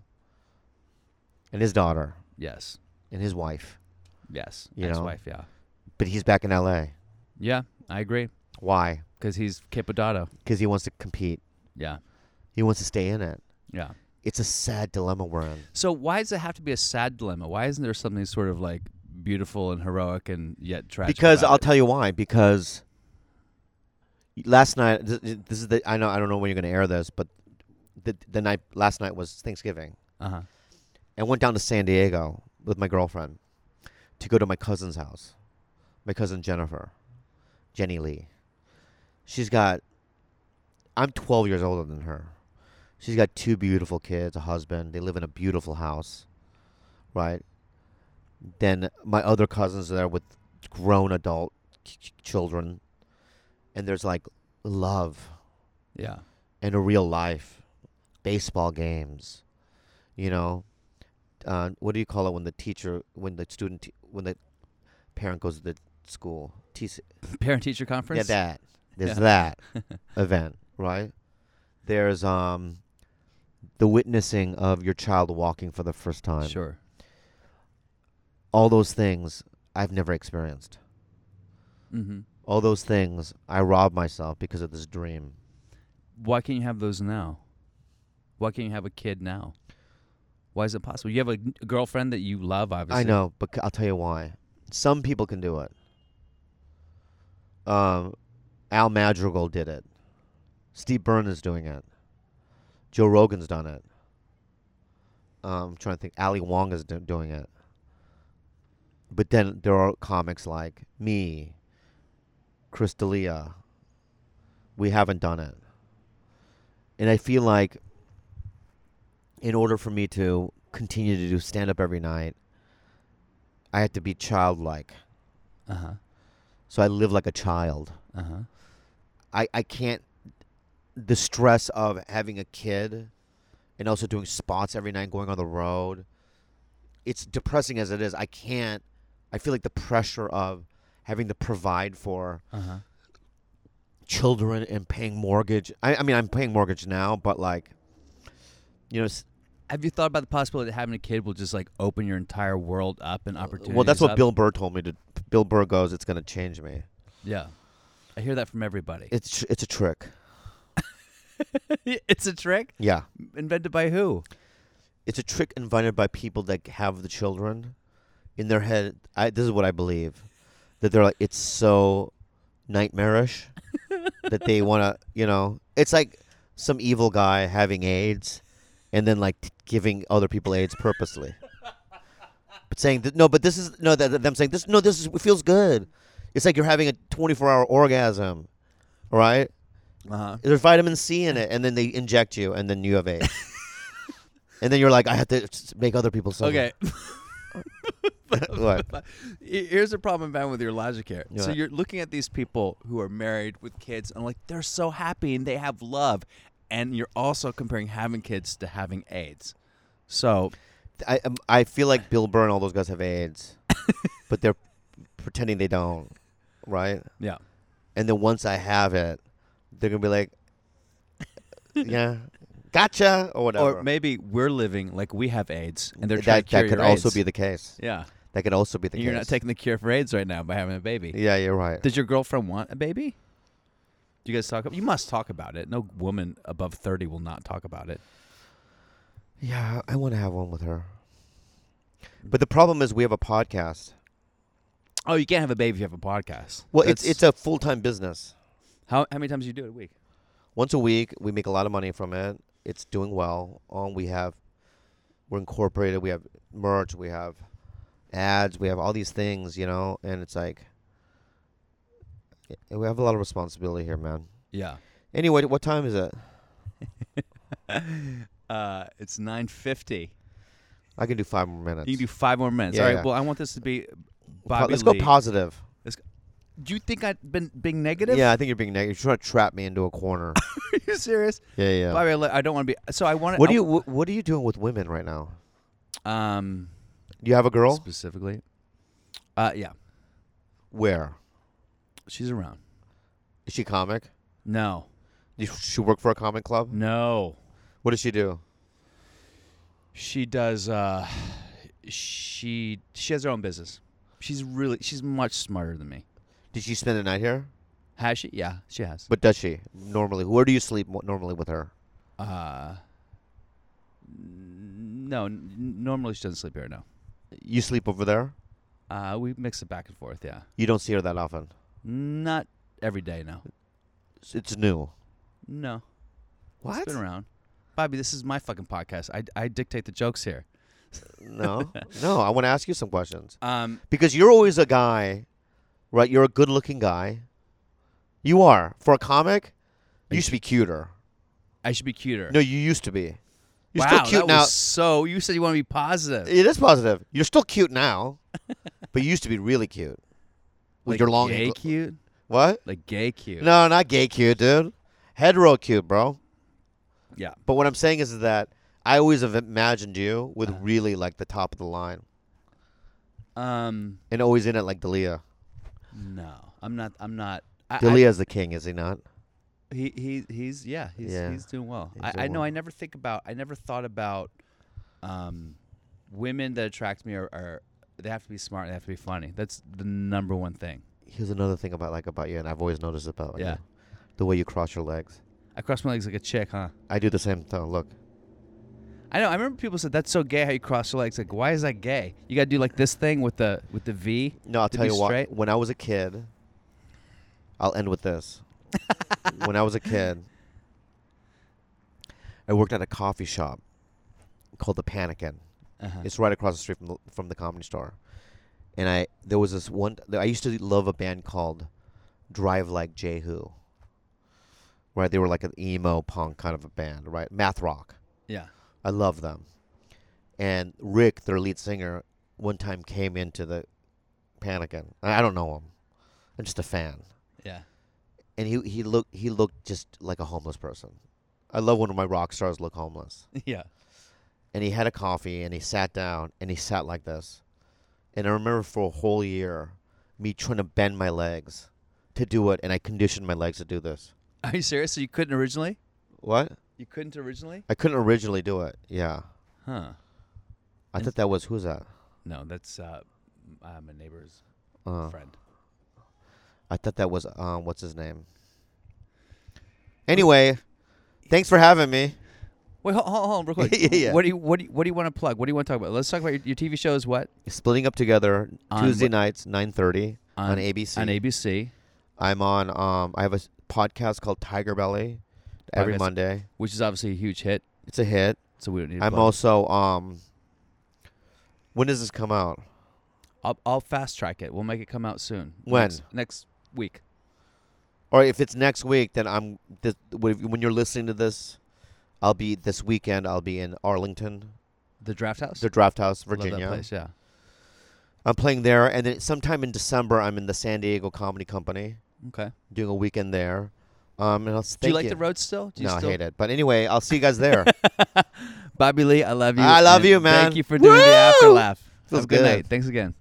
Speaker 5: and his daughter
Speaker 4: Yes.
Speaker 5: and his wife,
Speaker 4: Yes.
Speaker 5: You know.
Speaker 4: Ex-wife. Yeah.
Speaker 5: but he's back in L.A.
Speaker 4: Yeah. I agree.
Speaker 5: Why?
Speaker 4: Because he's Capodato.
Speaker 5: Because he wants to compete.
Speaker 4: Yeah.
Speaker 5: He wants to stay in it.
Speaker 4: Yeah.
Speaker 5: It's a sad dilemma we're in.
Speaker 4: So why does it have to be a sad dilemma? Why isn't there something sort of like beautiful and heroic and yet tragic?
Speaker 5: because
Speaker 4: about
Speaker 5: I'll
Speaker 4: it?
Speaker 5: tell you why. Because last night, th- th- this is the I know I don't know when you're going to air this, but the the night last night was Thanksgiving.
Speaker 4: Uh-huh.
Speaker 5: I went down to San Diego with my girlfriend to go to my cousin's house. My cousin Jennifer, Jenny Lee. She's got. I'm 12 years older than her. She's got two beautiful kids, a husband. They live in a beautiful house, right? Then my other cousins are there with grown adult ch- ch- children, and there's like love
Speaker 4: Yeah.
Speaker 5: and a real life, baseball games, you know, uh, what do you call it when the teacher, when the student, t- when the parent goes to the school, TC,
Speaker 4: Parent teacher conference.
Speaker 5: yeah, that there's
Speaker 4: Yeah.
Speaker 5: that event, right? There's um, the witnessing of your child walking for the first time.
Speaker 4: Sure.
Speaker 5: All those things I've never experienced.
Speaker 4: Mm-hmm.
Speaker 5: All those things I robbed myself because of this dream.
Speaker 4: Why can't you have those now? Why can't you have a kid now? Why is it possible? You have a, a girlfriend that you love, obviously.
Speaker 5: I know, but c- I'll tell you why. Some people can do it. Um, Al Madrigal did it. Steve Byrne is doing it. Joe Rogan's done it. Um, I'm trying to think. Ali Wong is do- doing it. But then there are comics like me, Chris D'Elia. We haven't done it. And I feel like in order for me to continue to do stand up every night, I had to be childlike.
Speaker 4: Uh huh.
Speaker 5: So I live like a child.
Speaker 4: Uh huh.
Speaker 5: I, I can't the stress of having a kid and also doing spots every night, going on the road. It's depressing as it is. I can't I feel like the pressure of having to provide for
Speaker 4: Uh huh.
Speaker 5: children and paying mortgage. I, I mean I'm paying mortgage now, but like you know, s-
Speaker 4: Have you thought about the possibility that having a kid will just like open your entire world up and opportunities?
Speaker 5: well that's what
Speaker 4: up?
Speaker 5: Bill Burr told me to Bill Burr goes, it's gonna change me.
Speaker 4: Yeah. I hear that from everybody.
Speaker 5: It's it's a trick.
Speaker 4: it's a trick
Speaker 5: Yeah.
Speaker 4: invented by who?
Speaker 5: it's a trick invented by people that have the children in their head. I, this is what I believe that they're like it's so nightmarish that they want to, you know, it's like some evil guy having AIDS and then like t- giving other people AIDS purposely. But saying that no, but this is no that, that them saying this no this is it feels good. It's like you're having a 24-hour orgasm, all right?
Speaker 4: Uh huh.
Speaker 5: There's vitamin C in it, and then they inject you, and then you have AIDS. and then you're like, I have to s- make other people suffer.
Speaker 4: Okay.
Speaker 5: What?
Speaker 4: But he- Here's the problem I'm having with your logic here. So
Speaker 5: Yeah.
Speaker 4: you're looking at these people who are married with kids, and like they're so happy and they have love, and you're also comparing having kids to having AIDS. So
Speaker 5: I um, I feel like Bill Burr and all those guys have AIDS, but they're pretending they don't, right?
Speaker 4: yeah,
Speaker 5: And then once I have it, they're gonna be like, Yeah, gotcha, or whatever.
Speaker 4: or maybe we're living like we have AIDS, and they're trying
Speaker 5: that
Speaker 4: to cure
Speaker 5: that could
Speaker 4: your
Speaker 5: also
Speaker 4: AIDS.
Speaker 5: be the case.
Speaker 4: yeah.
Speaker 5: That could also be the
Speaker 4: And
Speaker 5: case.
Speaker 4: you're not taking the cure for AIDS right now by having a baby.
Speaker 5: Yeah, you're right.
Speaker 4: Does your girlfriend want a baby? Do you guys talk? You must talk about it. No woman above thirty will not talk about it.
Speaker 5: yeah, I want to have one with her. But the problem is, we have a podcast.
Speaker 4: Oh, you can't have a baby if you have a podcast.
Speaker 5: Well, it's
Speaker 4: That's-
Speaker 5: it's a full time business.
Speaker 4: How how many times do you do it a week?
Speaker 5: once a week we make a lot of money from it it's doing well on we have we're incorporated we have merch we have ads we have all these things you know and it's like eh, we have a lot of responsibility here man
Speaker 4: Yeah.
Speaker 5: anyway what time is it
Speaker 4: Uh, it's nine fifty.
Speaker 5: i can do five more minutes
Speaker 4: You can do five more minutes.
Speaker 5: Yeah,
Speaker 4: All right.
Speaker 5: yeah.
Speaker 4: Well, I want this to be
Speaker 5: Po-
Speaker 4: Bobby
Speaker 5: let's
Speaker 4: Lee.
Speaker 5: go positive
Speaker 4: Let's go- Do you think I've been being negative?
Speaker 5: yeah i think you're being negative you're trying to trap me into a corner
Speaker 4: Are you serious?
Speaker 5: yeah yeah
Speaker 4: Bobby, I li- I don't want to be. So I want to.
Speaker 5: what do you wh- what are you doing with women right now
Speaker 4: Um.
Speaker 5: you have a girl
Speaker 4: Specifically. Uh. Yeah.
Speaker 5: where
Speaker 4: She's around.
Speaker 5: is she comic
Speaker 4: No.
Speaker 5: Does she work for a comic club
Speaker 4: No.
Speaker 5: what does she do
Speaker 4: She does. Uh. She she has her own business. She's really she's much smarter than me.
Speaker 5: did she spend the night here
Speaker 4: Has she? Yeah, she has.
Speaker 5: But does she normally? Where do you sleep mo- normally with her?
Speaker 4: uh, n- no, n- normally she doesn't sleep here. No,
Speaker 5: You sleep over there.
Speaker 4: uh, we mix it back and forth. Yeah,
Speaker 5: You don't see her that often.
Speaker 4: not every day. No,
Speaker 5: It's, it's new.
Speaker 4: no.
Speaker 5: What?
Speaker 4: It's been around. Bobby, this is my fucking podcast. I, I dictate the jokes here.
Speaker 5: No, no. I want to ask you some questions
Speaker 4: Um,
Speaker 5: because you're always a guy, right? You're a good-looking guy. You are for a comic. You used to be cuter.
Speaker 4: I should be cuter.
Speaker 5: No, you used to be. You're
Speaker 4: wow,
Speaker 5: still cute
Speaker 4: that
Speaker 5: now.
Speaker 4: was so you said you want to be positive.
Speaker 5: It is positive. You're still cute now, but you used to be really cute with
Speaker 4: Like
Speaker 5: your long.
Speaker 4: gay
Speaker 5: gl-
Speaker 4: cute,
Speaker 5: What?
Speaker 4: like gay cute.
Speaker 5: No, not gay cute, dude. Hetero cute, bro.
Speaker 4: Yeah.
Speaker 5: But what I'm saying is that I always have imagined you with
Speaker 4: Uh-huh.
Speaker 5: really like the top of the line
Speaker 4: Um,
Speaker 5: and always in it like Dalia.
Speaker 4: no, I'm not. I'm not. I, I-
Speaker 5: Dalia's the king, is he not?
Speaker 4: he he he's yeah he's
Speaker 5: Yeah.
Speaker 4: he's doing well.
Speaker 5: He's
Speaker 4: I,
Speaker 5: doing
Speaker 4: I know.
Speaker 5: well.
Speaker 4: I never think about. I never thought about. Um, women that attract me are, are they have to be smart. They have to be funny. That's the number one thing.
Speaker 5: Here's another thing about like about you, and I've always noticed about
Speaker 4: Yeah.
Speaker 5: you, the way you cross your legs.
Speaker 4: I cross my legs like a chick, huh?
Speaker 5: I do the same thing. Look,
Speaker 4: I know. I remember people said that's so gay how you cross your legs. Like, why is that gay? You gotta do like this thing with the with the V.
Speaker 5: no, I'll
Speaker 4: to
Speaker 5: tell
Speaker 4: be
Speaker 5: you
Speaker 4: straight.
Speaker 5: what. When I was a kid, I'll end with this. when I was a kid, I worked at a coffee shop called the Panikin.
Speaker 4: Uh-huh.
Speaker 5: It's right across the street from the, from the comedy store. And I there was this one I used to love a band called Drive Like Jehu. Right, they were like an emo punk kind of a band, right? Math rock.
Speaker 4: Yeah.
Speaker 5: I love them. And Rick, their lead singer, one time came into the Panikin. I I don't know him. I'm just a fan.
Speaker 4: Yeah.
Speaker 5: And he he looked he looked just like a homeless person. I love when my rock stars look homeless
Speaker 4: Yeah.
Speaker 5: and he had a coffee and he sat down and he sat like this. And I remember for a whole year me trying to bend my legs to do it and I conditioned my legs to do this.
Speaker 4: Are you serious? So you couldn't originally?
Speaker 5: What?
Speaker 4: You couldn't originally?
Speaker 5: I couldn't originally do it. Yeah.
Speaker 4: Huh.
Speaker 5: I thought that was who's that?
Speaker 4: No, that's uh, m- uh, my neighbor's
Speaker 5: Uh,
Speaker 4: friend.
Speaker 5: I thought that was um what's his name? Anyway, thanks for having me.
Speaker 4: Wait, hold, hold, hold on, real quick.
Speaker 5: Yeah.
Speaker 4: What do you what do you, what do you want to plug? What do you want to talk about? Let's talk about your, your TV shows. What
Speaker 5: Splitting up together
Speaker 4: On
Speaker 5: Tuesday
Speaker 4: what-
Speaker 5: nights 9:30 on, ABC.
Speaker 4: On ABC,
Speaker 5: I'm on um I have a s- podcast called Tiger Belly every
Speaker 4: Podcast.
Speaker 5: Monday.
Speaker 4: which is obviously a huge hit.
Speaker 5: It's a hit.
Speaker 4: So we don't need. to
Speaker 5: I'm
Speaker 4: plug.
Speaker 5: also um. When does this come out?
Speaker 4: I'll, I'll fast track it. We'll make it come out soon.
Speaker 5: When?
Speaker 4: next, next week?
Speaker 5: Or if it's next week, then I'm. This, when you're listening to this, I'll be this weekend. I'll be in Arlington,
Speaker 4: The Draft House.
Speaker 5: the Draft House,
Speaker 4: Love that
Speaker 5: Virginia.
Speaker 4: place, yeah.
Speaker 5: I'm playing there, and then sometime in December, I'm in the San Diego Comedy Company
Speaker 4: Okay.
Speaker 5: doing a weekend there. Um, and I'll
Speaker 4: Do you like the road still? Do you
Speaker 5: No,
Speaker 4: still?
Speaker 5: I hate it. But anyway, I'll see you guys there.
Speaker 4: Bobby Lee, I love you.
Speaker 5: I love
Speaker 4: and
Speaker 5: you, man.
Speaker 4: Thank you for doing the after
Speaker 5: Woo!
Speaker 4: laugh.
Speaker 5: Feels
Speaker 4: Have a good
Speaker 5: good.
Speaker 4: night. Thanks again.